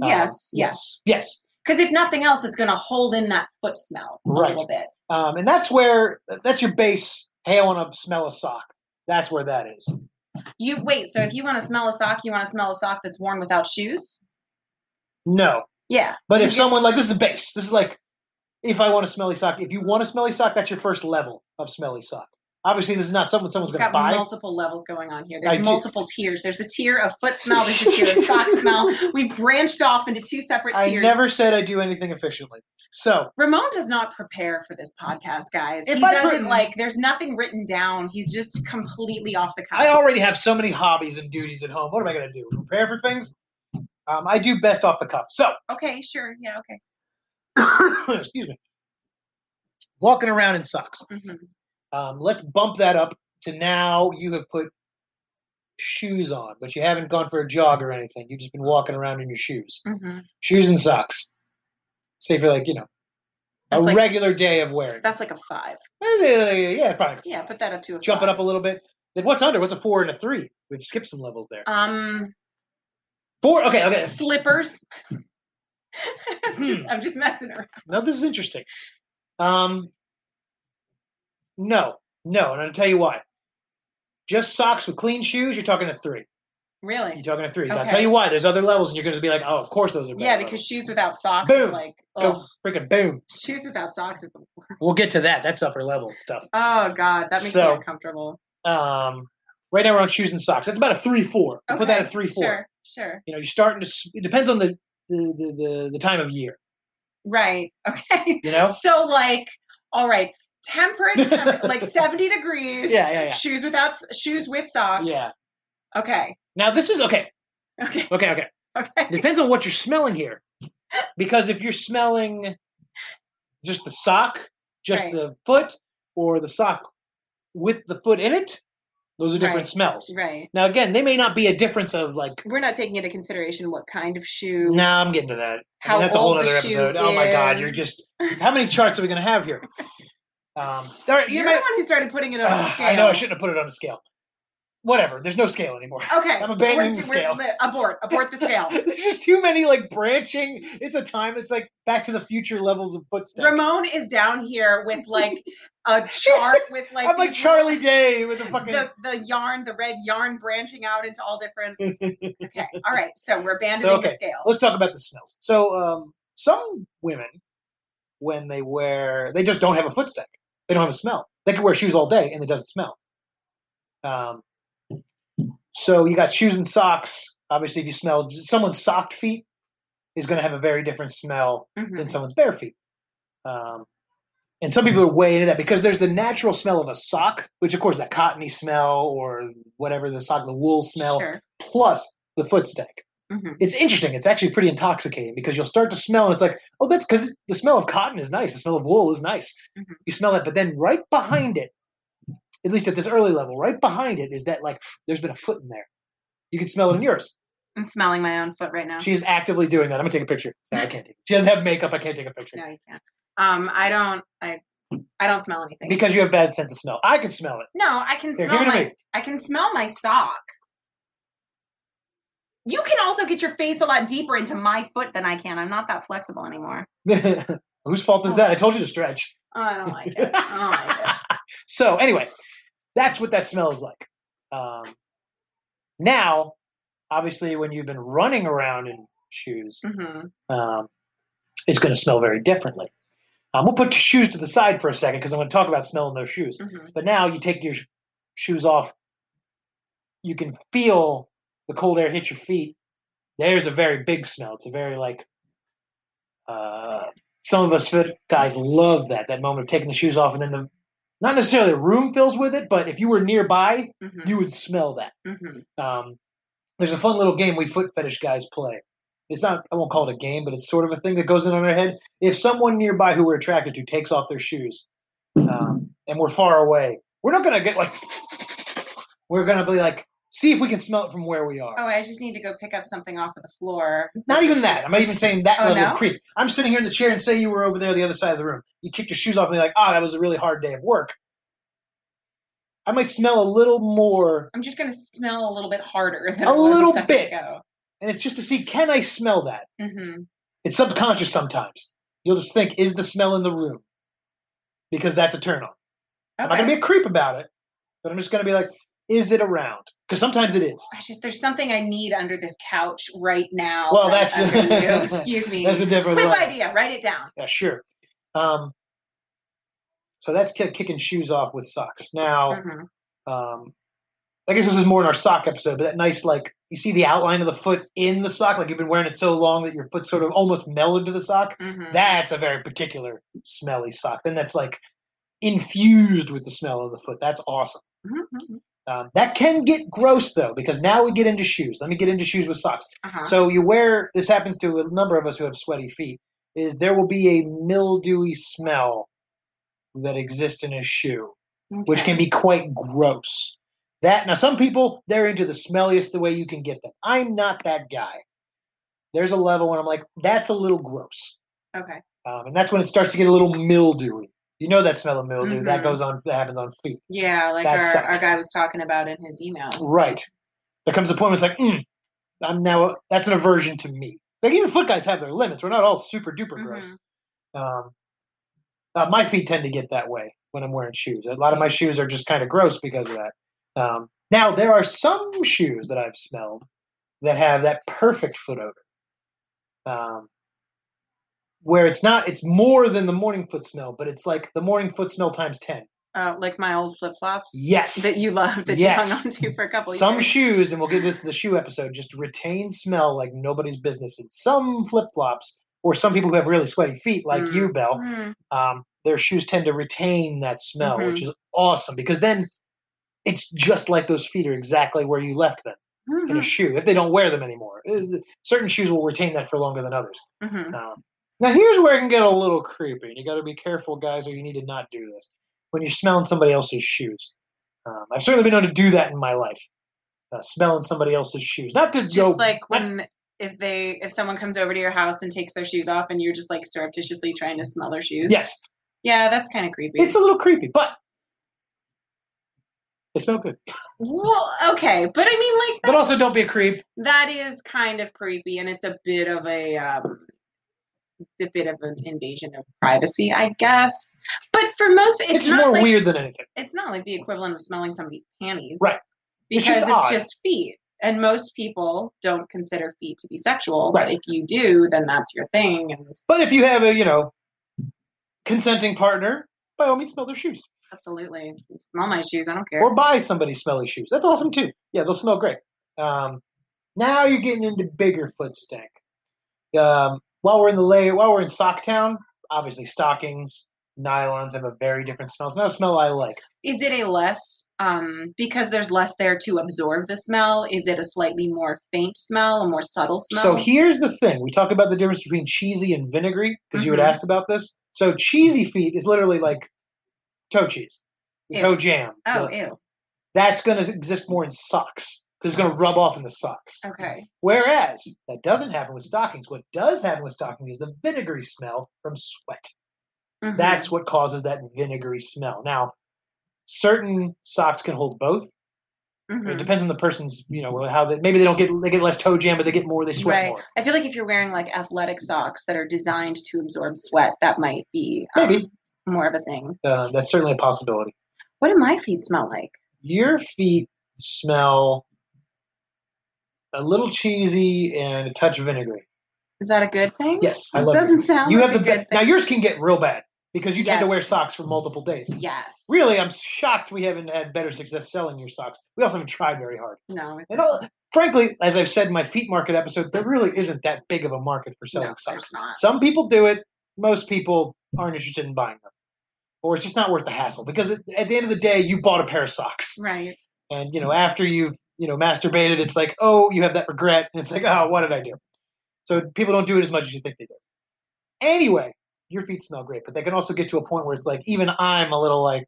Speaker 1: Um,
Speaker 3: Yes, yes.
Speaker 1: yes, yes.
Speaker 3: Because if nothing else, it's gonna hold in that foot smell a
Speaker 1: Right.
Speaker 3: little bit.
Speaker 1: Um, and that's where that's your base. Hey, I want to smell a sock. That's where that is.
Speaker 3: You wait. So if you want to smell a sock, you want to smell a sock that's worn without shoes.
Speaker 1: No,
Speaker 3: Yeah.
Speaker 1: But
Speaker 3: You
Speaker 1: if
Speaker 3: get-
Speaker 1: someone like this is a base, this is like if I want a smelly sock. If you want a smelly sock, that's your first level of smelly sock. Obviously, this is not someone someone's
Speaker 3: You've
Speaker 1: going to
Speaker 3: got
Speaker 1: buy.
Speaker 3: multiple levels going on here.
Speaker 1: I
Speaker 3: There's
Speaker 1: do-
Speaker 3: multiple tiers. There's the tier of foot smell. There's the tier of sock smell. We've branched off into two separate
Speaker 1: I
Speaker 3: tiers.
Speaker 1: never said I do anything efficiently. So
Speaker 3: Ramon does not prepare for this podcast, guys.
Speaker 1: If
Speaker 3: he
Speaker 1: I
Speaker 3: doesn't
Speaker 1: pre-
Speaker 3: like. There's nothing written down. He's just completely off the cuff.
Speaker 1: I already have so many hobbies and duties at home. What am I going to do? Prepare for things? Um, I do best off the cuff. So
Speaker 3: okay, sure. Yeah. Okay.
Speaker 1: excuse me. Walking around in socks.
Speaker 3: Mhm.
Speaker 1: Um, let's bump that up to now. You have put shoes on, but you haven't gone for a jog or anything. You've just been walking around in your shoes.
Speaker 3: Mhm.
Speaker 1: shoes and socks. Say for like you know a
Speaker 3: That's like-
Speaker 1: regular day of wearing.
Speaker 3: That's like a five.
Speaker 1: Eh, yeah, probably.
Speaker 3: Yeah. Put that up to a.
Speaker 1: Jump it
Speaker 3: five.
Speaker 1: up a little bit. Then what's under? What's a four and a three? We've skipped some levels there.
Speaker 3: Um.
Speaker 1: Four. Okay, okay.
Speaker 3: Slippers. I'm,
Speaker 1: Hmm.
Speaker 3: just, I'm just messing around.
Speaker 1: No, this is interesting. Um, no, no, and I'll tell you why. Just socks with clean shoes. You're talking a three.
Speaker 3: Really?
Speaker 1: You're talking a three. I'll
Speaker 3: Okay.
Speaker 1: tell you why. There's other levels, and you're going to be like, oh, of course those are. better
Speaker 3: Yeah, because
Speaker 1: levels.
Speaker 3: shoes without socks
Speaker 1: Boom.
Speaker 3: is like
Speaker 1: go
Speaker 3: oh,
Speaker 1: freaking boom.
Speaker 3: shoes without socks is the worst.
Speaker 1: We'll get to that. That's upper level stuff.
Speaker 3: Oh god, that makes
Speaker 1: So,
Speaker 3: me uncomfortable.
Speaker 1: Um, right now we're on shoes and socks. That's about a three four. We'll Put that
Speaker 3: Okay,
Speaker 1: at three four.
Speaker 3: Sure, sure.
Speaker 1: You know, you're starting to. s- It depends on the the the, the, the time of year.
Speaker 3: Right. Okay.
Speaker 1: You know.
Speaker 3: So like, all right, temperate, temperate like seventy degrees.
Speaker 1: Yeah, yeah, yeah.
Speaker 3: Shoes without s- shoes with socks.
Speaker 1: Yeah.
Speaker 3: Okay.
Speaker 1: Now this is okay.
Speaker 3: Okay.
Speaker 1: Okay. Okay.
Speaker 3: Okay.
Speaker 1: It depends on what you're smelling here, because if you're smelling just the sock, just
Speaker 3: Right.
Speaker 1: the foot, or the sock with the foot in it, those are different
Speaker 3: Right.
Speaker 1: smells.
Speaker 3: Right.
Speaker 1: Now again, they may not be a difference of like.
Speaker 3: We're not taking into consideration what kind of shoe.
Speaker 1: Nah, I'm getting to that. I mean,
Speaker 3: How
Speaker 1: that's a
Speaker 3: old
Speaker 1: whole
Speaker 3: the
Speaker 1: other
Speaker 3: shoe
Speaker 1: episode. Oh my god, you're
Speaker 3: is.
Speaker 1: just. How many charts are we gonna have here? Um, all right, you
Speaker 3: You're
Speaker 1: might-
Speaker 3: the one who started putting it on a
Speaker 1: Ugh,
Speaker 3: scale.
Speaker 1: I know I shouldn't have put it on a scale. whatever. There's no scale anymore.
Speaker 3: Okay.
Speaker 1: I'm abandoning
Speaker 3: we're-
Speaker 1: the scale.
Speaker 3: we're- abort. Abort the scale.
Speaker 1: There's just too many like branching. It's a time. It's like Back to the Future levels of footsteps.
Speaker 3: Ramon is down here with like a chart with like
Speaker 1: I'm like
Speaker 3: these-
Speaker 1: Charlie Day with a fucking.
Speaker 3: the the yarn, the red yarn branching out into all different. Okay, all right. So we're abandoning
Speaker 1: So, okay.
Speaker 3: the scale.
Speaker 1: Let's talk about the smells. So um, some women, when they wear, they just don't have a footstep. They don't have a smell. They could wear shoes all day and it doesn't smell. Um, so you got shoes and socks. Obviously, if you smell someone's socked feet, is going to have a very different smell
Speaker 3: Mhm.
Speaker 1: than someone's bare feet. Um, and some people are way into that because there's the natural smell of a sock, which of course that cottony smell or whatever the sock, the wool smell,
Speaker 3: Sure.
Speaker 1: plus the foot stank.
Speaker 3: Mhm.
Speaker 1: It's interesting. It's actually pretty intoxicating because you'll start to smell, and it's like, oh, that's because the smell of cotton is nice. The smell of wool is nice.
Speaker 3: Mhm.
Speaker 1: You smell that, but then right behind it, at least at this early level, right behind it is that like there's been a foot in there. You can smell it in yours.
Speaker 3: I'm smelling my own foot right now.
Speaker 1: She is actively doing that. I'm gonna take a picture. No, I can't. Take She doesn't have makeup. I can't take a picture.
Speaker 3: no, you can't. Um, I don't. I I don't smell anything.
Speaker 1: Because you have bad sense of smell. I can smell it.
Speaker 3: no, I can
Speaker 1: Here,
Speaker 3: smell
Speaker 1: give it to
Speaker 3: my.
Speaker 1: me.
Speaker 3: I can smell my sock. You can also get your face a lot deeper into my foot than I can. I'm not that flexible anymore.
Speaker 1: Whose fault is that? I told you to stretch.
Speaker 3: Oh, I don't like it. I don't like it.
Speaker 1: so anyway, that's what that smell is like. Um, now, obviously, when you've been running around in shoes,
Speaker 3: Mhm.
Speaker 1: um, it's going to smell very differently. Um, we'll put shoes to the side for a second because I'm going to talk about smelling those shoes.
Speaker 3: Mhm.
Speaker 1: But now you take your sh- shoes off, you can feel the cold air hit your feet. There's a very big smell. It's a very like uh, some of us fit guys love that that moment of taking the shoes off and then the not necessarily the room fills with it, but if you were nearby,
Speaker 3: Mhm.
Speaker 1: you would smell that.
Speaker 3: Mhm.
Speaker 1: Um, there's a fun little game we foot fetish guys play. It's not I won't call it a game, but it's sort of a thing that goes in on our head. If someone nearby who we're attracted to takes off their shoes, um, and we're far away, we're not gonna get like we're gonna be like see if we can smell it from where we are.
Speaker 3: Oh, I just need to go pick up something off of the floor. e
Speaker 1: Not even that. I'm not even saying that
Speaker 3: Oh,
Speaker 1: level of
Speaker 3: no?
Speaker 1: creep. I'm sitting here in the chair and say you were over there the other side of the room. You kicked your shoes off and you're like, ah, that was a really hard day of work. I might smell a little more,
Speaker 3: I'm just gonna smell a little bit harder than
Speaker 1: A
Speaker 3: it was
Speaker 1: little
Speaker 3: second
Speaker 1: bit.
Speaker 3: ago.
Speaker 1: and it's just to see can I smell that?
Speaker 3: Mhm.
Speaker 1: It's subconscious sometimes. You'll just think, is the smell in the room? Because that's a turn on. I'm not
Speaker 3: Okay.
Speaker 1: going to be a creep about it, but I'm just going to be like, is it around? Because sometimes it is.
Speaker 3: Gosh, is there something I need under this couch right now?
Speaker 1: Well,
Speaker 3: right
Speaker 1: that's-
Speaker 3: under you? excuse me.
Speaker 1: That's a different
Speaker 3: Quick
Speaker 1: level.
Speaker 3: idea. Write it down.
Speaker 1: Yeah, sure. Um, so that's ki- kicking shoes off with socks. Now,
Speaker 3: Mhm.
Speaker 1: um, I guess this is more in our sock episode, but that nice, like, you see the outline of the foot in the sock, like you've been wearing it so long that your foot sort of almost melded to the sock.
Speaker 3: Mhm.
Speaker 1: That's a very particular smelly sock. Then that's like infused with the smell of the foot. That's awesome.
Speaker 3: Mhm.
Speaker 1: Um, that can get gross though, because now we get into shoes. Let me get into shoes with socks.
Speaker 3: Uh-huh.
Speaker 1: So you wear this happens to a number of us who have sweaty feet. Is there will be a mildewy smell that exists in a shoe, which
Speaker 3: Okay.
Speaker 1: can be quite gross. That now some people they're into the smelliest the way you can get them. I'm not that guy. There's a level when I'm like that's a little gross,
Speaker 3: Okay.
Speaker 1: um, and that's when it starts to get a little mildewy. You know that smell of mildew that
Speaker 3: Mhm.
Speaker 1: goes on that happens on feet.
Speaker 3: Yeah, like
Speaker 1: That
Speaker 3: our, our
Speaker 1: sucks.
Speaker 3: guy was talking about in his email. It was
Speaker 1: Right. There comes a point where it's like, mm, I'm now, that's an aversion to me. Like, even foot guys have their limits. We're not all super duper
Speaker 3: like,
Speaker 1: gross.
Speaker 3: mhm.
Speaker 1: Um, uh, my feet tend to get that way when I'm wearing shoes. A lot of my shoes are just kind of gross because of that. Um, now, there are some shoes that I've smelled that have that perfect foot odor. Um, where it's not, it's more than the morning foot smell, but it's like the morning foot smell times 10.
Speaker 3: Uh, like my old flip flops
Speaker 1: Yes.
Speaker 3: that you loved that
Speaker 1: Yes.
Speaker 3: you hung on to for a couple
Speaker 1: some
Speaker 3: years.
Speaker 1: shoes, and we'll get this in the shoe episode, just retain smell like nobody's business. And some flip flops, or some people who have really sweaty feet, like
Speaker 3: Mm.
Speaker 1: you, Belle,
Speaker 3: Mhm.
Speaker 1: um, their shoes tend to retain that smell,
Speaker 3: Mhm.
Speaker 1: which is awesome because then it's just like those feet are exactly where you left them in a
Speaker 3: Mhm.
Speaker 1: shoe if they don't wear them anymore. Uh, Certain shoes will retain that for longer than others.
Speaker 3: Mhm.
Speaker 1: Um, now, here's where it can get a little creepy, and you got to be careful, guys, or you need to not do this when you're smelling somebody else's shoes. Um, I've certainly been known to do that in my life, uh, smelling somebody else's shoes. Not to go
Speaker 3: Just like when if they if someone comes over to your house and takes their shoes off and you're just like surreptitiously trying to smell their shoes.
Speaker 1: yes,
Speaker 3: Yeah, that's kind of creepy.
Speaker 1: it's a little creepy, but They smell good.
Speaker 3: Well, okay, but I mean, like
Speaker 1: But also, don't be a creep.
Speaker 3: that is kind of creepy, and it's a bit of a um, it's a bit of an invasion of privacy, I guess. But for most, it's,
Speaker 1: It's,
Speaker 3: not
Speaker 1: more
Speaker 3: like,
Speaker 1: weird than anything.
Speaker 3: It's not like the equivalent of smelling somebody's panties,
Speaker 1: Right. It's
Speaker 3: Because
Speaker 1: just
Speaker 3: it's
Speaker 1: odd.
Speaker 3: just, feet, and most people don't consider feet to be sexual.
Speaker 1: Right.
Speaker 3: But if you do, then that's your thing, and
Speaker 1: But if you have a, you know, consenting partner, by all means, smell their shoes.
Speaker 3: absolutely s- smell my shoes. I don't care.
Speaker 1: Or buy somebody smelly shoes. That's awesome, too. Yeah, they'll smell great. Um, now you're getting into bigger foot stank. Um, while we're in the layer, while we're in sock town, obviously stockings, nylons have a very different smell. It's not a smell I like.
Speaker 3: Is it a less um because there's less there to absorb the smell? Is it a slightly more faint smell, a more subtle smell?
Speaker 1: So here's the thing. We talk about the difference between cheesy and vinegary because you had
Speaker 3: Mhm.
Speaker 1: asked about this. So cheesy feet is literally like toe cheese, the
Speaker 3: Ew.
Speaker 1: toe jam.
Speaker 3: Oh,
Speaker 1: The-
Speaker 3: ew.
Speaker 1: that's going to exist more in socks because it's going to rub off in the socks.
Speaker 3: Okay.
Speaker 1: Whereas that doesn't happen with stockings. What does happen with stockings is the vinegary smell from sweat.
Speaker 3: Mhm.
Speaker 1: That's what causes that vinegary smell. Now, certain socks can hold both. It
Speaker 3: Mhm.
Speaker 1: depends on the person's, you know, how they maybe they don't get they get less toe jam, but they get more. They sweat
Speaker 3: right.
Speaker 1: more.
Speaker 3: I feel like if you're wearing like athletic socks that are designed to absorb sweat, that might be um,
Speaker 1: Maybe.
Speaker 3: more of a thing.
Speaker 1: Uh, that's certainly a possibility.
Speaker 3: What do my feet smell like?
Speaker 1: your feet smell a little cheesy and a touch of vinegary.
Speaker 3: Is that a good thing?
Speaker 1: Yes, I
Speaker 3: It
Speaker 1: love
Speaker 3: doesn't sound
Speaker 1: you. You
Speaker 3: like
Speaker 1: have the
Speaker 3: a
Speaker 1: be-
Speaker 3: good
Speaker 1: now
Speaker 3: thing.
Speaker 1: yours can get real bad because you tend to
Speaker 3: Yes.
Speaker 1: wear socks for multiple days.
Speaker 3: yes.
Speaker 1: Really, I'm shocked we haven't had better success selling your socks. We also haven't tried very hard.
Speaker 3: No. it's-
Speaker 1: And all, frankly, as I've said in my feet market episode, there really isn't that big of a market for selling
Speaker 3: No,
Speaker 1: socks.
Speaker 3: there's not.
Speaker 1: Some people do it. Most people aren't interested in buying them, or it's just not worth the hassle because at at the end of the day, you bought a pair of socks
Speaker 3: Right.
Speaker 1: and you know after you've you know masturbated it's like oh you have that regret and it's like oh what did i do so people don't do it as much as you think they do anyway your feet smell great but they can also get to a point where it's like even i'm a little like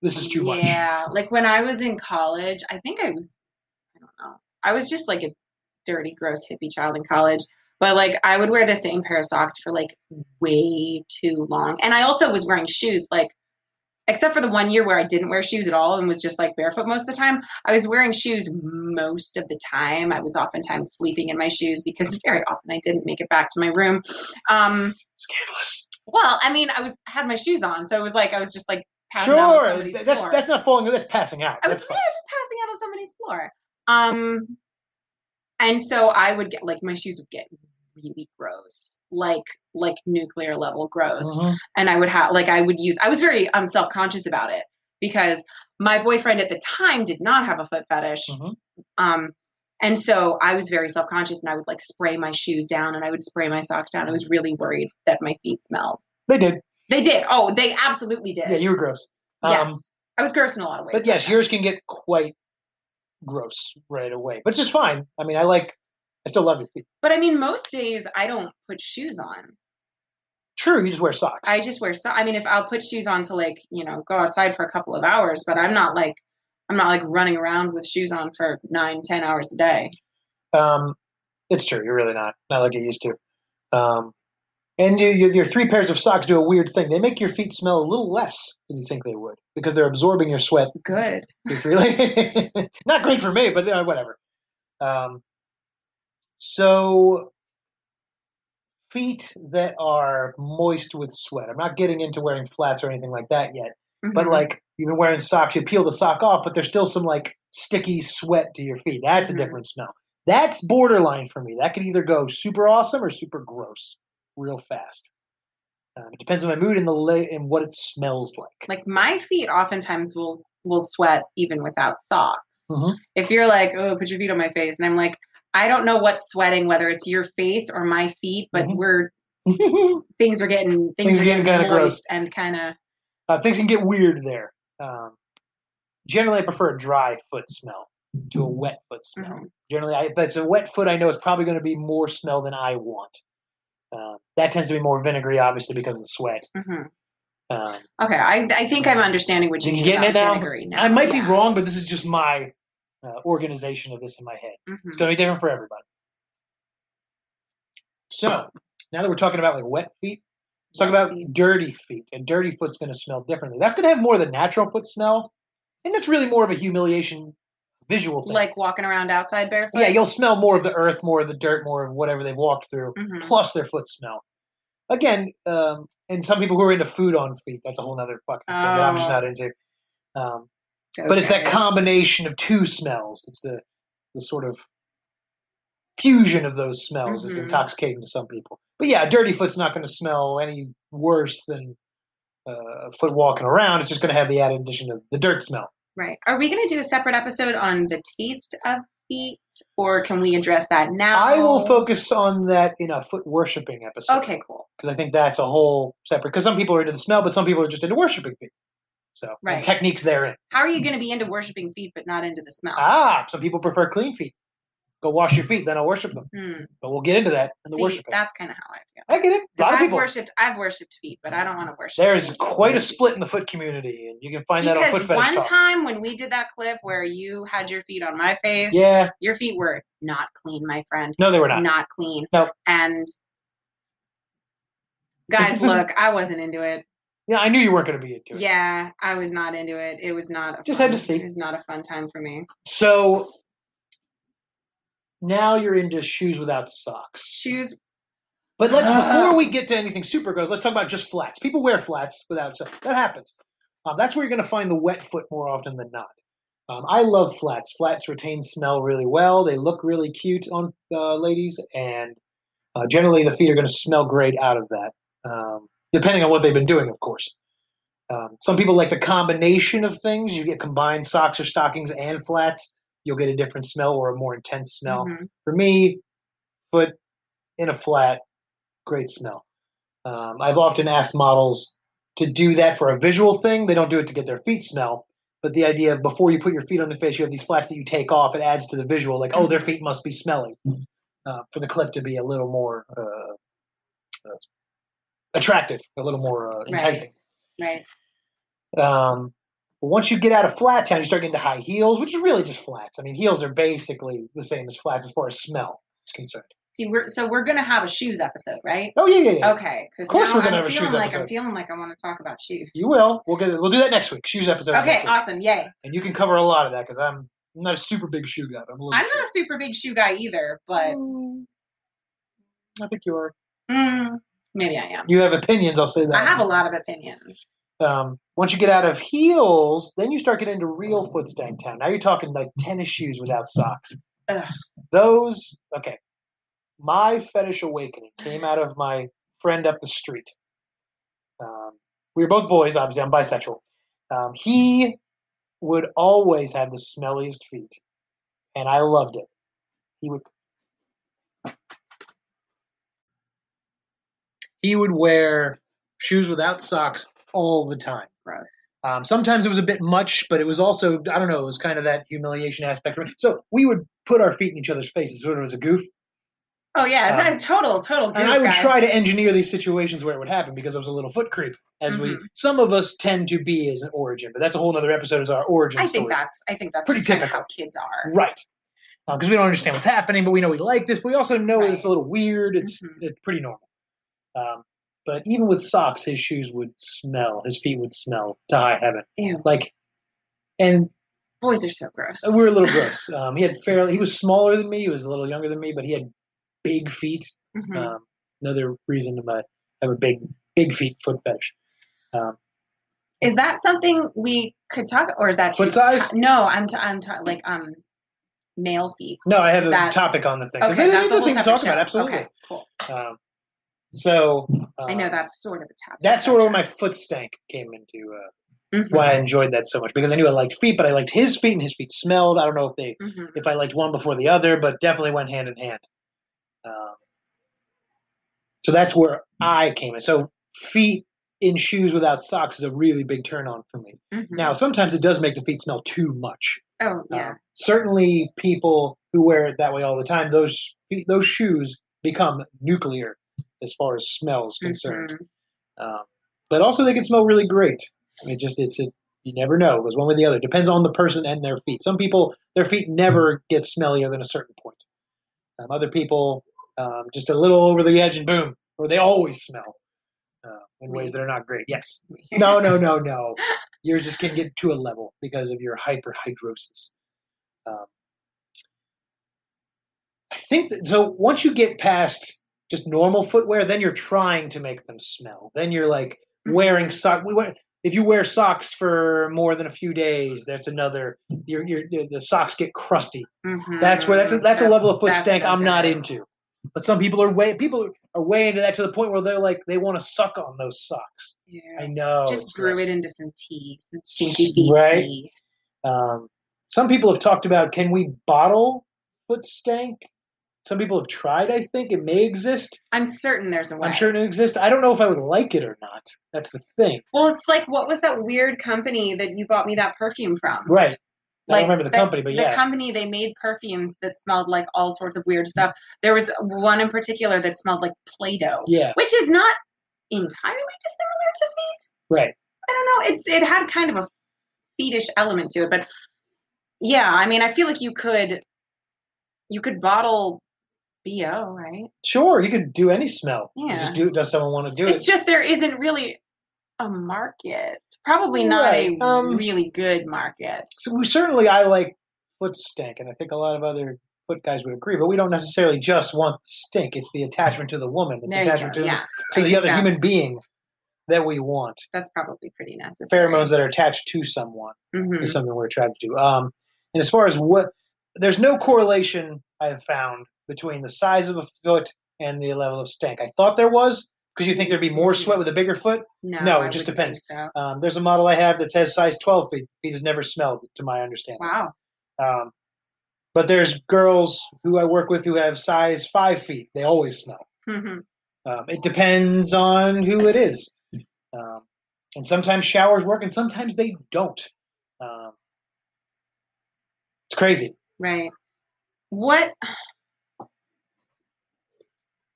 Speaker 1: this is too much
Speaker 3: Yeah, like when I was in college, I think I was, I don't know, I was just like a dirty, gross hippie child in college. But like I would wear the same pair of socks for like way too long, and I also was wearing shoes. Like, except for the one year where I didn't wear shoes at all and was just like barefoot most of the time, I was wearing shoes most of the time. I was oftentimes sleeping in my shoes because very often I didn't make it back to my room. Um,
Speaker 1: scandalous
Speaker 3: well, I mean, I was had my shoes on, so it was like I was just like passing out on
Speaker 1: sure
Speaker 3: somebody's Oh,
Speaker 1: th- that's
Speaker 3: floor.
Speaker 1: that's not falling that's passing out
Speaker 3: I was,
Speaker 1: that's
Speaker 3: yeah,
Speaker 1: fine.
Speaker 3: I was just passing out on somebody's floor. Um, and so I would get like my shoes would get really gross, like like nuclear level gross.
Speaker 1: Mhm.
Speaker 3: And I would have like I would use I was very um self conscious about it because my boyfriend at the time did not have a foot fetish.
Speaker 1: Mhm.
Speaker 3: Um, and so I was very self conscious, and I would like spray my shoes down, and I would spray my socks down. I was really worried that my feet smelled.
Speaker 1: they did
Speaker 3: They did. Oh, they absolutely did.
Speaker 1: yeah you were gross Um,
Speaker 3: yes, I was gross in a lot of ways.
Speaker 1: but yes yours can get quite gross right away but just fine i mean i like i still love your feet
Speaker 3: But I mean, most days I don't put shoes on.
Speaker 1: true you just wear socks
Speaker 3: I just wear so. I mean, if I'll put shoes on to like you know go outside for a couple of hours, but I'm not like I'm not like running around with shoes on for nine, ten hours a day.
Speaker 1: Um, it's true. You're really not not like you used to. Um, and you, you, your three pairs of socks do a weird thing. They make your feet smell a little less than you think they would because they're absorbing your sweat.
Speaker 3: Good.
Speaker 1: It's really not great for me, but uh, whatever. Um, so feet that are moist with sweat. I'm not getting into wearing flats or anything like that yet. But
Speaker 3: Mhm.
Speaker 1: like you've been wearing socks, you peel the sock off, but there's still some like sticky sweat to your feet. That's
Speaker 3: Mhm.
Speaker 1: a different smell. That's borderline for me. That could either go super awesome or super gross, real fast. Um, it depends on my mood and the lay and what it smells like.
Speaker 3: like my feet oftentimes will will sweat even without socks.
Speaker 1: Mhm.
Speaker 3: If you're like, oh, put your feet on my face, and I'm like, I don't know what's sweating, whether it's your face or my feet, but
Speaker 1: Mhm.
Speaker 3: we're things are getting things, are getting,
Speaker 1: kinda
Speaker 3: kind of
Speaker 1: gross.
Speaker 3: and kind of
Speaker 1: uh, things can get weird there. Um, generally, I prefer a dry foot smell to a wet foot smell. Generally, I, if it's a wet foot, I know it's probably going to be more smell than I want. Uh, that tends to be more vinegary, obviously, because of the sweat.
Speaker 3: mm-hmm.
Speaker 1: Um,
Speaker 3: Okay, I, I think I'm understanding what you
Speaker 1: You
Speaker 3: mean
Speaker 1: getting
Speaker 3: about
Speaker 1: it now?
Speaker 3: vinegary now.
Speaker 1: I might be wrong, but this is just my uh, organization of this in my head. It's
Speaker 3: hmm
Speaker 1: going to be different for everybody. So now that we're talking about like wet feet, let's talk
Speaker 3: Wet
Speaker 1: about
Speaker 3: feet.
Speaker 1: dirty feet. And dirty foot's going to smell differently. That's going to have more of the natural foot smell. And that's really more of a humiliation visual thing.
Speaker 3: like walking around outside barefoot.
Speaker 1: yeah, you'll smell more of the earth, more of the dirt, more of whatever they've walked through,
Speaker 3: Mhm.
Speaker 1: plus their foot smell. Again, um, and some people who are into food on feet, that's a whole other fucking thing that I'm just
Speaker 3: Oh.
Speaker 1: not into. Um, But it's that
Speaker 3: Okay.
Speaker 1: combination of two smells. It's the the sort of fusion of those smells. It's
Speaker 3: Mhm.
Speaker 1: intoxicating to some people. But yeah, a dirty foot's not going to smell any worse than uh, a foot walking around. It's just going to have the added addition of the dirt smell.
Speaker 3: Right. Are we going to do a separate episode on the taste of feet, or can we address that now?
Speaker 1: I will focus on that in a foot worshiping episode.
Speaker 3: Oh. Okay, cool.
Speaker 1: Because I think that's a whole separate. Because some people are into the smell, but some people are just into worshiping feet. So and
Speaker 3: Right.
Speaker 1: techniques therein.
Speaker 3: How are you going to be into worshiping feet but not into the smell?
Speaker 1: Ah, some people prefer clean feet. Go wash your feet, then I'll worship them.
Speaker 3: Hmm.
Speaker 1: But we'll get into that in the
Speaker 3: See,
Speaker 1: worshiping.
Speaker 3: that's kind of how I feel.
Speaker 1: I get it. A
Speaker 3: 'Cause
Speaker 1: lot of
Speaker 3: I've
Speaker 1: people.
Speaker 3: worshipped. I've worshipped feet, but I don't want to worship.
Speaker 1: There's
Speaker 3: feet.
Speaker 1: quite a split in the foot community, and you can find that on Foot
Speaker 3: Because
Speaker 1: Fetish
Speaker 3: one
Speaker 1: Talks.
Speaker 3: time when we did that clip where you had your feet on my face,
Speaker 1: yeah,
Speaker 3: your feet were not clean, my friend.
Speaker 1: no, they were not.
Speaker 3: clean.
Speaker 1: No.
Speaker 3: And guys, look, I wasn't into it.
Speaker 1: Yeah, I knew you weren't going to be into it.
Speaker 3: Yeah, I was not into it. It was not a
Speaker 1: Just
Speaker 3: fun,
Speaker 1: had to see.
Speaker 3: It was not a fun time for me.
Speaker 1: So now you're into shoes without socks.
Speaker 3: Shoes.
Speaker 1: But let's
Speaker 3: Ah.
Speaker 1: before we get to anything super gross, let's talk about just flats. People wear flats without socks. That happens. Um, that's where you're going to find the wet foot more often than not. Um, I love flats. Flats retain smell really well. They look really cute on uh, ladies, and uh, generally the feet are going to smell great out of that, um, depending on what they've been doing, of course. Um, some people like the combination of things. You get combined socks or stockings and flats. You'll get a different smell or a more intense smell
Speaker 3: Mhm.
Speaker 1: for me, foot in a flat, great smell. Um, I've often asked models to do that for a visual thing. They don't do it to get their feet smell, but the idea of before you put your feet on the face, you have these flats that you take off. It adds to the visual, like oh, their feet must be smelling, uh, for the clip to be a little more uh, uh, attractive, a little more uh, enticing.
Speaker 3: Right.
Speaker 1: Um, but once you get out of flat town, you start getting to high heels, which is really just flats. I mean, heels are basically the same as flats as far as smell is concerned.
Speaker 3: See, we're so we're gonna have a shoes episode, right?
Speaker 1: Oh yeah, yeah, yeah.
Speaker 3: Okay. Because
Speaker 1: Of course
Speaker 3: now
Speaker 1: we're gonna
Speaker 3: I'm
Speaker 1: have a
Speaker 3: feeling
Speaker 1: shoes
Speaker 3: like I'm
Speaker 1: episode.
Speaker 3: feeling like I want to talk about shoes.
Speaker 1: You will. We'll get. We'll do that next week. Shoes episode. is
Speaker 3: Okay.
Speaker 1: next week.
Speaker 3: Awesome. Yay.
Speaker 1: And you can cover a lot of that because I'm I'm not a super big shoe guy. but I'm a little.
Speaker 3: I'm
Speaker 1: shoe.
Speaker 3: not a super big shoe guy either, but
Speaker 1: Mm, I think you are.
Speaker 3: mm, maybe I am.
Speaker 1: You have opinions. I'll say that.
Speaker 3: I have a lot of opinions.
Speaker 1: um, once you get out of heels, then you start getting into real foot stank town. Now you're talking like tennis shoes without socks.
Speaker 3: Ugh.
Speaker 1: Those, okay. My fetish awakening came out of my friend up the street. Um, we were both boys, obviously. I'm bisexual. Um, he would always have the smelliest feet, and I loved it. He would. He would wear shoes without socks all the time.
Speaker 3: Gross.
Speaker 1: Um, sometimes it was a bit much, but it was also I don't know. It was kind of that humiliation aspect. of it. So we would put our feet in each other's faces when it was a goof,
Speaker 3: Oh yeah, it's
Speaker 1: Um,
Speaker 3: a total, total.
Speaker 1: and
Speaker 3: goof,
Speaker 1: I would
Speaker 3: guys.
Speaker 1: try to engineer these situations where it would happen because I was a little foot creep. As we,
Speaker 3: Mhm.
Speaker 1: some of us tend to be as an origin, but that's a whole other episode. Is our origin?
Speaker 3: I think
Speaker 1: stories.
Speaker 3: that's. I think that's
Speaker 1: Pretty
Speaker 3: just kinda
Speaker 1: typical.
Speaker 3: how kids are.
Speaker 1: right because we don't understand what's happening, but we know we like this. But we also know it's
Speaker 3: Right.
Speaker 1: a little weird. It's
Speaker 3: Mhm.
Speaker 1: it's pretty normal. Um, but even with socks, his shoes would smell. His feet would smell to high heaven.
Speaker 3: Ew.
Speaker 1: Like, and
Speaker 3: Boys are so gross.
Speaker 1: Uh, We were a little gross. Um, he had fairly. He was smaller than me. He was a little younger than me, but he had big feet.
Speaker 3: Mhm.
Speaker 1: Um, another reason to my, have a big, big feet foot fetish. Um,
Speaker 3: Is that something we could talk, or is that
Speaker 1: Foot
Speaker 3: too-
Speaker 1: size?
Speaker 3: no, I'm t- I'm t- like um, male feet.
Speaker 1: no, I have a
Speaker 3: That-
Speaker 1: topic on the thing. 'Cause
Speaker 3: Okay,
Speaker 1: that-
Speaker 3: that's
Speaker 1: that's
Speaker 3: a
Speaker 1: a
Speaker 3: whole
Speaker 1: thing to
Speaker 3: separate
Speaker 1: talk
Speaker 3: show.
Speaker 1: about. Absolutely.
Speaker 3: Okay, cool.
Speaker 1: Um, so um,
Speaker 3: I know that's sort of a topic.
Speaker 1: That's sort of where my foot stank came into. Uh,
Speaker 3: Mm-hmm.
Speaker 1: Why I enjoyed that so much because I knew I liked feet, but I liked his feet, and his feet smelled. I don't know if they
Speaker 3: hmm
Speaker 1: if I liked one before the other, but definitely went hand in hand. Um, so that's where I came in. So feet in shoes without socks is a really big turn on for me. Now, sometimes it does make the feet smell too much.
Speaker 3: Mm-hmm. oh
Speaker 1: Um,
Speaker 3: Hmm. yeah,
Speaker 1: certainly, people who wear it that way all the time, those feet, those shoes become nuclear as far as smell is concerned.
Speaker 3: Mhm.
Speaker 1: Um, but also, they can smell really great. I mean, just it's it, you never know. It was one way or the other. Depends on the person and their feet. Some people, their feet never get smellier than a certain point. Um, other people, um, just a little over the edge and boom, or they always smell uh, in ways that are not great. Yes. No, no, no, no. you're just going to get to a level because of your hyperhidrosis. Um, I think that, so. Once you get past just normal footwear, then you're trying to make them smell. Then you're like
Speaker 3: Mm-hmm.
Speaker 1: wearing socks. We went, if you wear socks for more than a few days, that's another. Your your the socks get crusty.
Speaker 3: Mhm.
Speaker 1: That's where that's a, that's, a level of foot
Speaker 3: that's
Speaker 1: stank I'm not
Speaker 3: okay.
Speaker 1: into. But some people are way people are way into that to the point where they're like they want to suck on those socks. I
Speaker 3: Yeah.
Speaker 1: know.
Speaker 3: Just
Speaker 1: it's
Speaker 3: brew
Speaker 1: gross.
Speaker 3: it into some tea, some stinky beet
Speaker 1: Right.
Speaker 3: tea.
Speaker 1: Um, some people have talked about can we bottle foot stank? Some people have tried. I think it may exist.
Speaker 3: I'm certain there's a way.
Speaker 1: I'm sure it exists. I don't know if I would like it or not. That's the thing.
Speaker 3: Well, it's like what was that weird company that you bought me that perfume from?
Speaker 1: Right. I
Speaker 3: Like,
Speaker 1: don't remember the, company, but
Speaker 3: the
Speaker 1: yeah.
Speaker 3: company they made perfumes that smelled like all sorts of weird stuff. There was one in particular that smelled like Play-Doh,
Speaker 1: yeah.
Speaker 3: which is not entirely dissimilar to feet.
Speaker 1: Right.
Speaker 3: I don't know. It's it had kind of a fetish element to it, but yeah, I mean, I feel like you could you could bottle bo, right?
Speaker 1: Sure. You could do any smell. You
Speaker 3: Yeah.
Speaker 1: Just do. Does someone want to do
Speaker 3: It's
Speaker 1: it?
Speaker 3: just there isn't really a market. Probably not
Speaker 1: Right,
Speaker 3: a
Speaker 1: um,
Speaker 3: really good market.
Speaker 1: So we- certainly, I like foot stank, and I think a lot of other foot guys would agree. But we don't necessarily just want the stink. It's the attachment to the woman. It's
Speaker 3: There you
Speaker 1: attachment
Speaker 3: go.
Speaker 1: to
Speaker 3: Yes.
Speaker 1: the, to
Speaker 3: I
Speaker 1: the
Speaker 3: think
Speaker 1: other human
Speaker 3: that's-
Speaker 1: being that we want.
Speaker 3: That's probably pretty necessary.
Speaker 1: Pheromones that are attached to someone.
Speaker 3: Mhm.
Speaker 1: is something we're trying to do. Um, and as far as what, there's no correlation I have found between the size of a foot and the level of stank. I thought there was because you think there'd be more sweat with a bigger foot.
Speaker 3: No,
Speaker 1: No, it
Speaker 3: I
Speaker 1: just
Speaker 3: wouldn't think
Speaker 1: depends.
Speaker 3: So.
Speaker 1: Um, there's a model I have that says size 12 feet. Feet has never smelled, to my understanding.
Speaker 3: Wow.
Speaker 1: Um, but there's girls who I work with who have size five feet. They always smell.
Speaker 3: Mhm.
Speaker 1: Um, it depends on who it is. Um, and sometimes showers work and sometimes they don't. Um, it's crazy.
Speaker 3: right. What?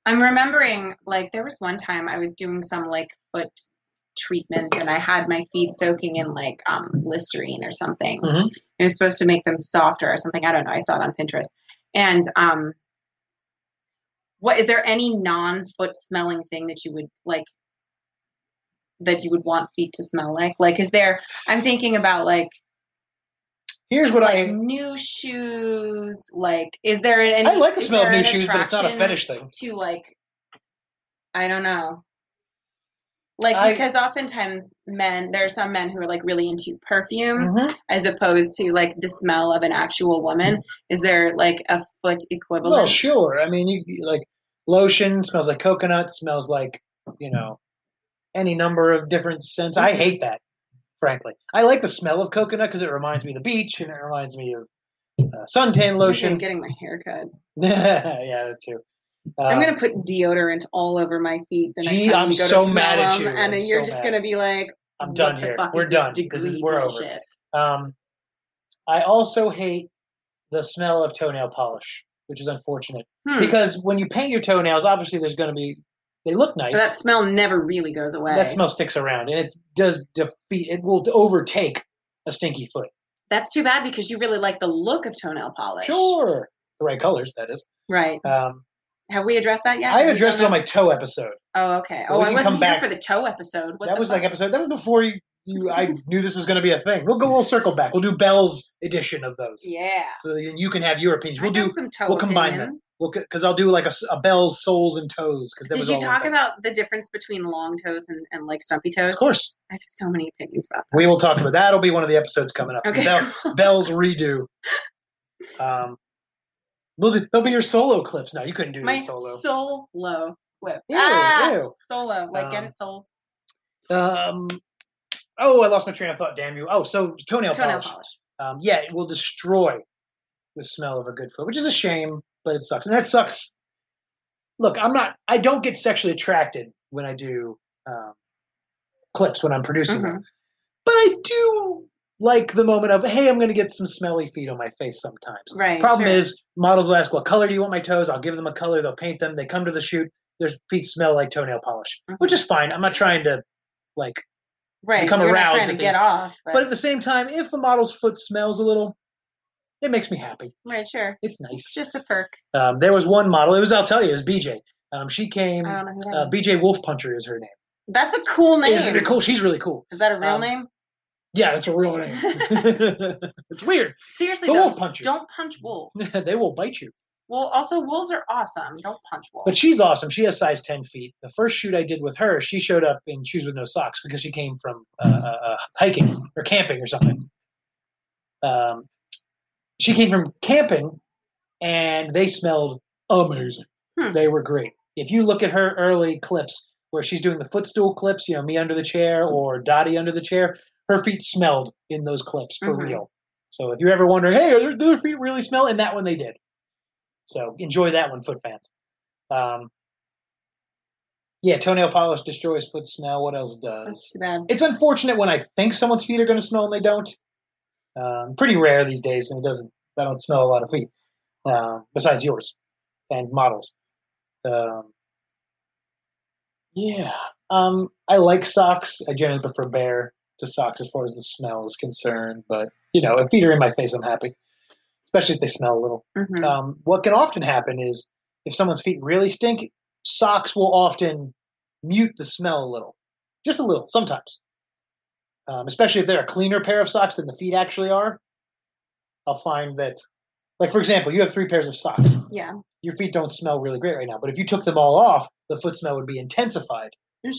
Speaker 3: I'm remembering, like, there was one time I was doing some like foot treatment, and I had my feet soaking in like um, Listerine or something.
Speaker 1: Mhm.
Speaker 3: It was supposed to make them softer or something. I don't know. I saw it on Pinterest. And um, what is there any non-foot smelling thing that you would like? That you would want feet to smell like? Like, is there? I'm thinking about like
Speaker 1: Here's what
Speaker 3: like
Speaker 1: I
Speaker 3: new shoes like is there any
Speaker 1: I like the
Speaker 3: is
Speaker 1: smell of
Speaker 3: there
Speaker 1: new
Speaker 3: an
Speaker 1: shoes, but it's not a
Speaker 3: attraction
Speaker 1: fetish thing.
Speaker 3: to like i don't know like
Speaker 1: I-
Speaker 3: because oftentimes men there are some men who are like really into perfume
Speaker 1: Mhm.
Speaker 3: as opposed to like the smell of an actual woman is there like a foot equivalent
Speaker 1: Well, sure. I mean, you you- like lotion smells like coconut, smells like you know any number of different scents.
Speaker 3: Mm-hmm.
Speaker 1: I hate that, frankly. I like the smell of coconut because it reminds me of the beach and it reminds me of uh, suntan
Speaker 3: I think I'm
Speaker 1: lotion. Uh,
Speaker 3: getting my hair cut
Speaker 1: yeah, that too. Uh,
Speaker 3: i'm gonna put deodorant all over my feet the next
Speaker 1: Gee,
Speaker 3: time
Speaker 1: I'm
Speaker 3: you go
Speaker 1: so
Speaker 3: to smell
Speaker 1: mad at
Speaker 3: them,
Speaker 1: you.
Speaker 3: and
Speaker 1: I'm
Speaker 3: you're
Speaker 1: so
Speaker 3: just
Speaker 1: mad.
Speaker 3: gonna be like
Speaker 1: I'm
Speaker 3: "What
Speaker 1: done
Speaker 3: the
Speaker 1: here.
Speaker 3: fuck
Speaker 1: We're
Speaker 3: is
Speaker 1: done.
Speaker 3: this
Speaker 1: This is
Speaker 3: degree
Speaker 1: we're over.
Speaker 3: bullshit?
Speaker 1: Um, I also hate the smell of toenail polish, which is unfortunate
Speaker 3: Hmm.
Speaker 1: because when you paint your toenails, obviously there's going to be they look nice.
Speaker 3: That smell never really goes away.
Speaker 1: That smell sticks around, and it does defeat. It will overtake a stinky foot.
Speaker 3: That's too bad because you really like the look of toenail polish.
Speaker 1: Sure, the right colors. That is.
Speaker 3: Right.
Speaker 1: Um,
Speaker 3: Have we addressed that yet?
Speaker 1: I
Speaker 3: Have we
Speaker 1: addressed it on
Speaker 3: done
Speaker 1: my toe episode.
Speaker 3: that? Oh, okay.
Speaker 1: Well,
Speaker 3: oh,
Speaker 1: we
Speaker 3: I
Speaker 1: can
Speaker 3: wasn't
Speaker 1: come
Speaker 3: here
Speaker 1: back.
Speaker 3: for the toe episode. What
Speaker 1: that
Speaker 3: the
Speaker 1: was
Speaker 3: fuck?
Speaker 1: like episode. That was before you. you I knew this was going to be a thing. We'll go. We'll circle back. We'll do Bell's edition of those,
Speaker 3: Yeah.
Speaker 1: so that you can have your opinions. We'll
Speaker 3: I
Speaker 1: do.
Speaker 3: got some toe
Speaker 1: we'll combine them.
Speaker 3: opinions.
Speaker 1: We'll because I'll do like a, s- a Bell's soles and toes. Because
Speaker 3: Did you talk about the difference between long toes and, and like stumpy toes?
Speaker 1: Of course,
Speaker 3: I have so many opinions about
Speaker 1: we will talk about that. That'll be one of the episodes coming up.
Speaker 3: that. Okay.
Speaker 1: Bell- Bell's redo. Um, well, th- they'll be your solo clips now. You couldn't do
Speaker 3: my
Speaker 1: your solo.
Speaker 3: solo whip.
Speaker 1: Ew,
Speaker 3: ah,
Speaker 1: ew.
Speaker 3: Solo. Like get
Speaker 1: Um,
Speaker 3: it soles.
Speaker 1: Um, oh, I lost my train of thought. Damn you! Oh, so toenail,
Speaker 3: Toenail
Speaker 1: polish.
Speaker 3: polish.
Speaker 1: Um, yeah, it will destroy the smell of a good foot, which is a shame, but it sucks, and that sucks. Look, I'm not. I don't get sexually attracted when I do um, clips when I'm producing them,
Speaker 3: Mm-hmm.
Speaker 1: but I do like the moment of hey, I'm going to get some smelly feet on my face sometimes.
Speaker 3: Right.
Speaker 1: Problem
Speaker 3: sure.
Speaker 1: is, models will ask, "What color do you want my toes?" I'll give them a color. They'll paint them. They come to the shoot. Their feet smell like toenail polish,
Speaker 3: Mhm.
Speaker 1: which is fine. I'm not trying to, like,
Speaker 3: right.
Speaker 1: become
Speaker 3: You're
Speaker 1: aroused
Speaker 3: not trying
Speaker 1: at
Speaker 3: to
Speaker 1: these-
Speaker 3: get off. But,
Speaker 1: but at the same time, if the model's foot smells a little, it makes me happy.
Speaker 3: right, sure.
Speaker 1: It's
Speaker 3: It's
Speaker 1: nice.
Speaker 3: just a perk.
Speaker 1: Um, there was one model. It was I'll tell you, it was BJ. Um, she came.
Speaker 3: I don't know who that
Speaker 1: Uh,
Speaker 3: is.
Speaker 1: BJ Wolf Puncher is her name.
Speaker 3: That's a cool name.
Speaker 1: Isn't it cool? She's really cool.
Speaker 3: Is that a real
Speaker 1: Um,
Speaker 3: name?
Speaker 1: Yeah, that's a real name. it's weird.
Speaker 3: Seriously,
Speaker 1: They
Speaker 3: though,
Speaker 1: won't punch you.
Speaker 3: don't punch wolves.
Speaker 1: they will bite you.
Speaker 3: well, also wolves are awesome. Don't punch wolves.
Speaker 1: But she's awesome. She has size 10 feet. The first shoot I did with her, she showed up in shoes with no socks because she came from uh, uh, uh, hiking or camping or something. Um, she came from camping and they smelled amazing.
Speaker 3: Hmm.
Speaker 1: They were great. If you look at her early clips where she's doing the footstool clips, you know, me under the chair or Dottie under the chair, her feet smelled in those clips for
Speaker 3: Mhm.
Speaker 1: real. So if you're ever wondering, hey, are their, do their feet really smell? In that one, they did. So enjoy that one, foot fans. Um, yeah, toenail polish destroys foot smell. What else
Speaker 3: That's
Speaker 1: does?
Speaker 3: too bad.
Speaker 1: It's unfortunate when I think someone's feet are going to smell and they don't. Um, pretty rare these days, and it doesn't. I don't smell a lot of feet, uh, besides yours and models. Um, yeah, um, I like socks. I generally prefer bare to socks as far as the smell is concerned. But you know, if feet are in my face, I'm happy, especially if they smell a little.
Speaker 3: Mhm.
Speaker 1: Um, what can often happen is if someone's feet really stink, socks will often mute the smell a little, just a little sometimes. Um, especially if they're a cleaner pair of socks than the feet actually are, I'll find that, like for example, you have three pairs of socks.
Speaker 3: Yeah,
Speaker 1: Your feet don't smell really great right now, but if you took them all off, the foot smell would be intensified.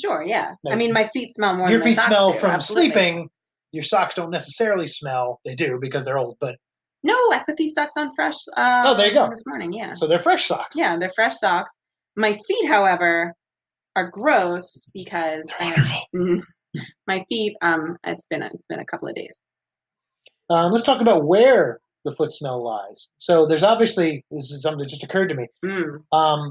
Speaker 3: sure. Yeah, I
Speaker 1: Nice.
Speaker 3: mean, my feet smell more.
Speaker 1: your
Speaker 3: than my
Speaker 1: feet
Speaker 3: socks
Speaker 1: smell
Speaker 3: do,
Speaker 1: from
Speaker 3: absolutely.
Speaker 1: sleeping. Your socks don't necessarily smell. They do because they're old, but
Speaker 3: No, I put these socks on fresh. Uh,
Speaker 1: Oh, there you go.
Speaker 3: This morning, yeah,
Speaker 1: so they're fresh socks.
Speaker 3: yeah, they're fresh socks. My feet, however, are gross because
Speaker 1: They're
Speaker 3: I have-
Speaker 1: wonderful.
Speaker 3: Mm. my feet. Um, it's been it's been a couple of days.
Speaker 1: Um, let's talk about where the foot smell lies. So there's obviously this is something that just occurred to me.
Speaker 3: Mm.
Speaker 1: Um,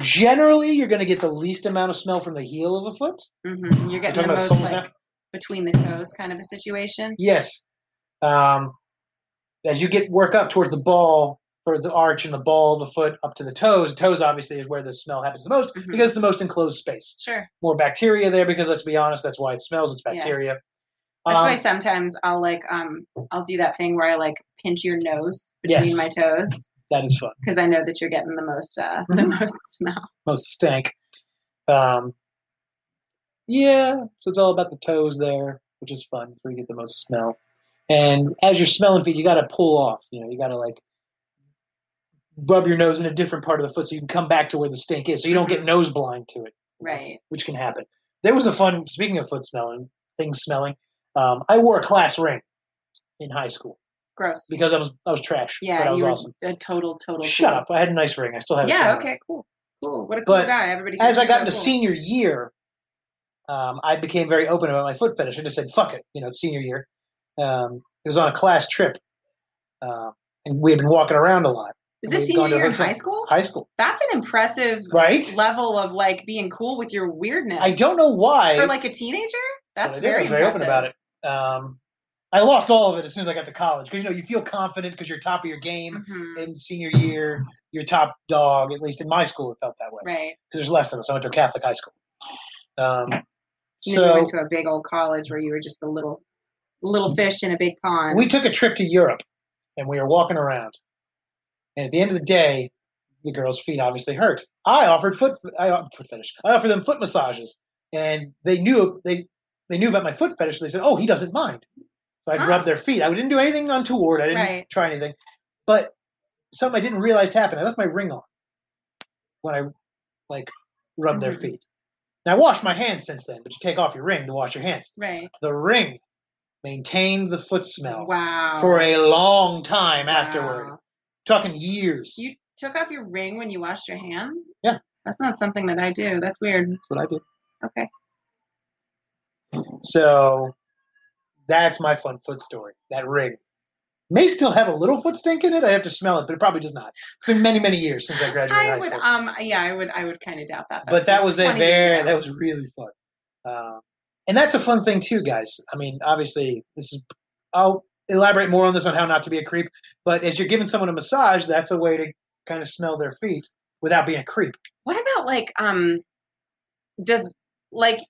Speaker 1: generally, you're going to get the least amount of smell from the heel of a foot.
Speaker 3: hmm
Speaker 1: talking
Speaker 3: You're getting the
Speaker 1: about
Speaker 3: most
Speaker 1: soles
Speaker 3: like
Speaker 1: now?
Speaker 3: between the toes kind of a situation.
Speaker 1: Yes. Um, as you get work up towards the ball or the arch and the ball of the foot up to the toes, toes obviously is where the smell happens the most
Speaker 3: Mhm.
Speaker 1: because it's the most enclosed space.
Speaker 3: Sure.
Speaker 1: More bacteria there because let's be honest, that's why it smells. It's
Speaker 3: Yeah.
Speaker 1: bacteria.
Speaker 3: That's why
Speaker 1: Um,
Speaker 3: sometimes I'll like um I'll do that thing where I like pinch your nose
Speaker 1: Yes.
Speaker 3: between my toes
Speaker 1: that is fun.
Speaker 3: because I know that you're getting the most uh the
Speaker 1: Mhm.
Speaker 3: most smell.
Speaker 1: most stank. Um, yeah, so it's all about the toes there, which is fun. It's where you get the most smell. And as you're smelling feet, you got to pull off. You know, you got to like rub your nose in a different part of the foot so you can come back to where the stink is, so you don't get nose blind to it,
Speaker 3: Right.
Speaker 1: which can happen. There was a fun. Speaking of foot smelling, things smelling. Um, I wore a class ring in high school
Speaker 3: Gross.
Speaker 1: because I was I was trash. but I
Speaker 3: Yeah,
Speaker 1: was
Speaker 3: you were
Speaker 1: awesome.
Speaker 3: a total total.
Speaker 1: Shut
Speaker 3: tool.
Speaker 1: up! I had a nice ring. I still have. it
Speaker 3: Yeah.
Speaker 1: somewhere.
Speaker 3: Okay. Cool. Cool. What a cool
Speaker 1: But
Speaker 3: guy. Everybody.
Speaker 1: as
Speaker 3: thinks
Speaker 1: I
Speaker 3: you're
Speaker 1: got
Speaker 3: so
Speaker 1: into
Speaker 3: cool.
Speaker 1: senior year, um, I became very open about my foot fetish. I just said, "Fuck it," you know, it's senior year. Um, it was on a class trip, uh, and we had been walking around a lot.
Speaker 3: Is
Speaker 1: and
Speaker 3: this
Speaker 1: we'd gone
Speaker 3: senior
Speaker 1: to a
Speaker 3: year in
Speaker 1: hotel-
Speaker 3: high school?
Speaker 1: High school,
Speaker 3: That's an impressive
Speaker 1: right?
Speaker 3: level of like being cool with your weirdness.
Speaker 1: I don't know why.
Speaker 3: For like a teenager,
Speaker 1: but
Speaker 3: that's
Speaker 1: I did. I
Speaker 3: very
Speaker 1: was very
Speaker 3: impressive.
Speaker 1: open about it. Um, I lost all of it as soon as I got to college because you know you feel confident because you're top of your game
Speaker 3: Mhm.
Speaker 1: in senior year. You're top dog, at least in my school, it felt that way.
Speaker 3: Right.
Speaker 1: Because there's less of us. I went to a Catholic high school. Um,
Speaker 3: And then you
Speaker 1: so
Speaker 3: went to a big old college where you were just a little little fish in a big pond.
Speaker 1: we took a trip to Europe and we were walking around. And at the end of the day, the girls' feet obviously hurt. I offered foot I offered foot fetish. I offered them foot massages. And they knew they they knew about my foot fetish. They said, Oh, he doesn't mind. So I'd
Speaker 3: Huh.
Speaker 1: rub their feet. I didn't do anything untoward. I didn't
Speaker 3: Right.
Speaker 1: try anything. But something I didn't realize happened. I left my ring on when I like rubbed their
Speaker 3: Mhm.
Speaker 1: feet. Now I washed my hands since then, but you take off your ring to wash your hands.
Speaker 3: right.
Speaker 1: The ring maintained the foot smell
Speaker 3: Wow.
Speaker 1: for a long time
Speaker 3: Wow.
Speaker 1: afterward. Talking years.
Speaker 3: You took off your ring when you washed your hands?
Speaker 1: Yeah.
Speaker 3: That's not something that I do. That's weird.
Speaker 1: That's what I did.
Speaker 3: Okay.
Speaker 1: So that's my fun foot story. That ring may still have a little foot stink in it. I have to smell it, but it probably does not. It's been many, many years since I graduated
Speaker 3: I
Speaker 1: high
Speaker 3: would
Speaker 1: school.
Speaker 3: um yeah, I would I would kinda doubt that.
Speaker 1: but that
Speaker 3: like
Speaker 1: was a
Speaker 3: 20 years
Speaker 1: very
Speaker 3: ago.
Speaker 1: that was really fun. Um, and that's a fun thing too, guys. I mean, obviously, this is I'll elaborate more on this on how not to be a creep. But as you're giving someone a massage, that's a way to kind of smell their feet without being a creep.
Speaker 3: What about like um does like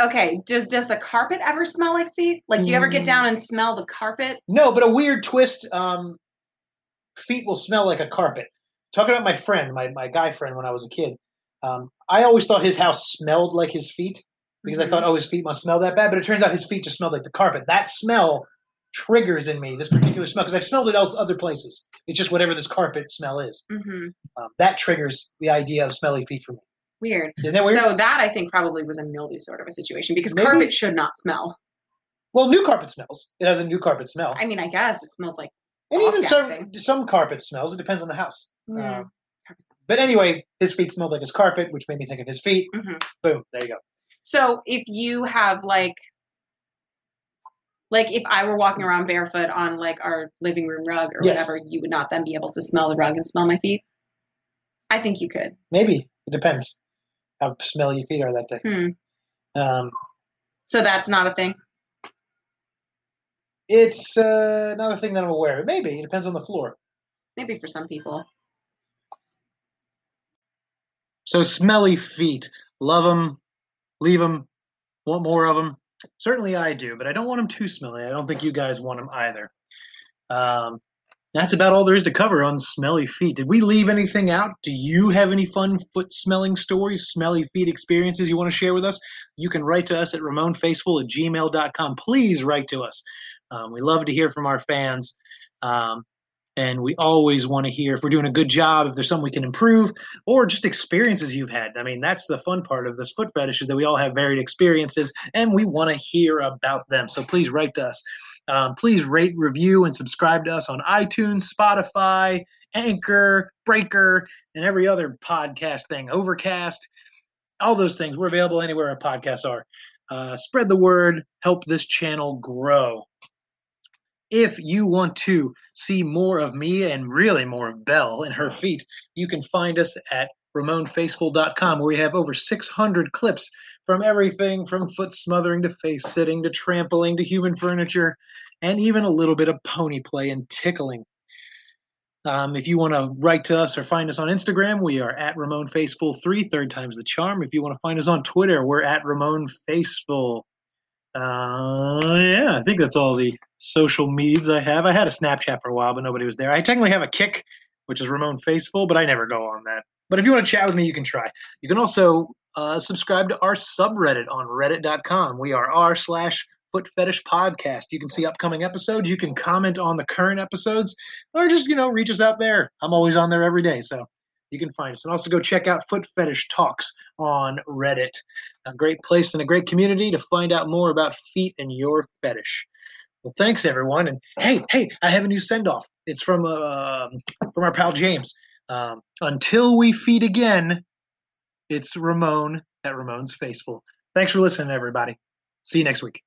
Speaker 3: okay, does does the carpet ever smell like feet? Like do you ever get
Speaker 1: Mm.
Speaker 3: down and smell the carpet?
Speaker 1: No, but a weird twist. Um, feet will smell like a carpet. Talking about my friend, my, my guy friend when I was a kid, um, I always thought his house smelled like his feet. because I thought,
Speaker 3: Mm-hmm.
Speaker 1: oh, his feet must smell that bad. But it turns out his feet just smelled like the carpet. That smell triggers in me this particular smell because I've smelled it else other places. It's just whatever this carpet smell is.
Speaker 3: hmm
Speaker 1: Um, that triggers the idea of smelly feet for me.
Speaker 3: Weird.
Speaker 1: Isn't that weird?
Speaker 3: So that I think probably was a mildew sort of a situation because
Speaker 1: Maybe.
Speaker 3: carpet should not smell.
Speaker 1: well, new carpet smells. It has a new carpet smell,
Speaker 3: I mean, I guess it smells like
Speaker 1: and even some
Speaker 3: off-gassing.
Speaker 1: some carpet smells. It depends on the house.
Speaker 3: yeah.
Speaker 1: Um, but anyway, his feet smelled like his carpet, which made me think of his feet.
Speaker 3: Mhm.
Speaker 1: Boom, there you go.
Speaker 3: So if you have like like if I were walking around barefoot on like our living room rug or
Speaker 1: Yes.
Speaker 3: whatever, you would not then be able to smell the rug and smell my feet. I think you could.
Speaker 1: Maybe it depends how smelly your feet are that day.
Speaker 3: Hmm.
Speaker 1: Um,
Speaker 3: So that's not a thing.
Speaker 1: it's uh, not a thing that I'm aware of. Maybe it depends on the floor.
Speaker 3: Maybe for some people.
Speaker 1: So smelly feet, love them, leave them, want more of them. Certainly I do, but I don't want them too smelly. I don't think you guys want them either. Um, that's about all there is to cover on smelly feet. Did we leave anything out? Do you have any fun foot smelling stories, smelly feet experiences you want to share with us? You can write to us at ramonfaceful at gmail.com. Please write to us. Um, we love to hear from our fans. Um, and we always want to hear if we're doing a good job, if there's something we can improve, or just experiences you've had. I mean, that's the fun part of this foot fetish is that we all have varied experiences and we want to hear about them. So please write to us. Um, please rate, review, and subscribe to us on iTunes, Spotify, Anchor, Breaker, and every other podcast thing, Overcast, all those things. We're available anywhere our podcasts are. Uh, spread the word, help this channel grow. If you want to see more of me and really more of Belle and her feet, you can find us at ramonfaceful.com where we have over 600 clips from everything from foot smothering to face sitting to trampling to human furniture and even a little bit of pony play and tickling um, if you want to write to us or find us on instagram we are at ramonfaceful3 third times the charm if you want to find us on twitter we're at ramonfaceful uh, yeah i think that's all the social medias i have i had a snapchat for a while but nobody was there i technically have a kick which is Ramon Faceful, but I never go on that. But if you want to chat with me, you can try. You can also uh, subscribe to our subreddit on reddit.com. We are r slash foot fetish podcast. You can see upcoming episodes. You can comment on the current episodes or just, you know, reach us out there. I'm always on there every day. So you can find us. And also go check out Foot Fetish Talks on Reddit. A great place and a great community to find out more about feet and your fetish. Well, thanks everyone. And hey, hey, I have a new send off. It's from uh, from our pal James. Um, until we feed again, it's Ramon at Ramon's Faceful. Thanks for listening, everybody. See you next week.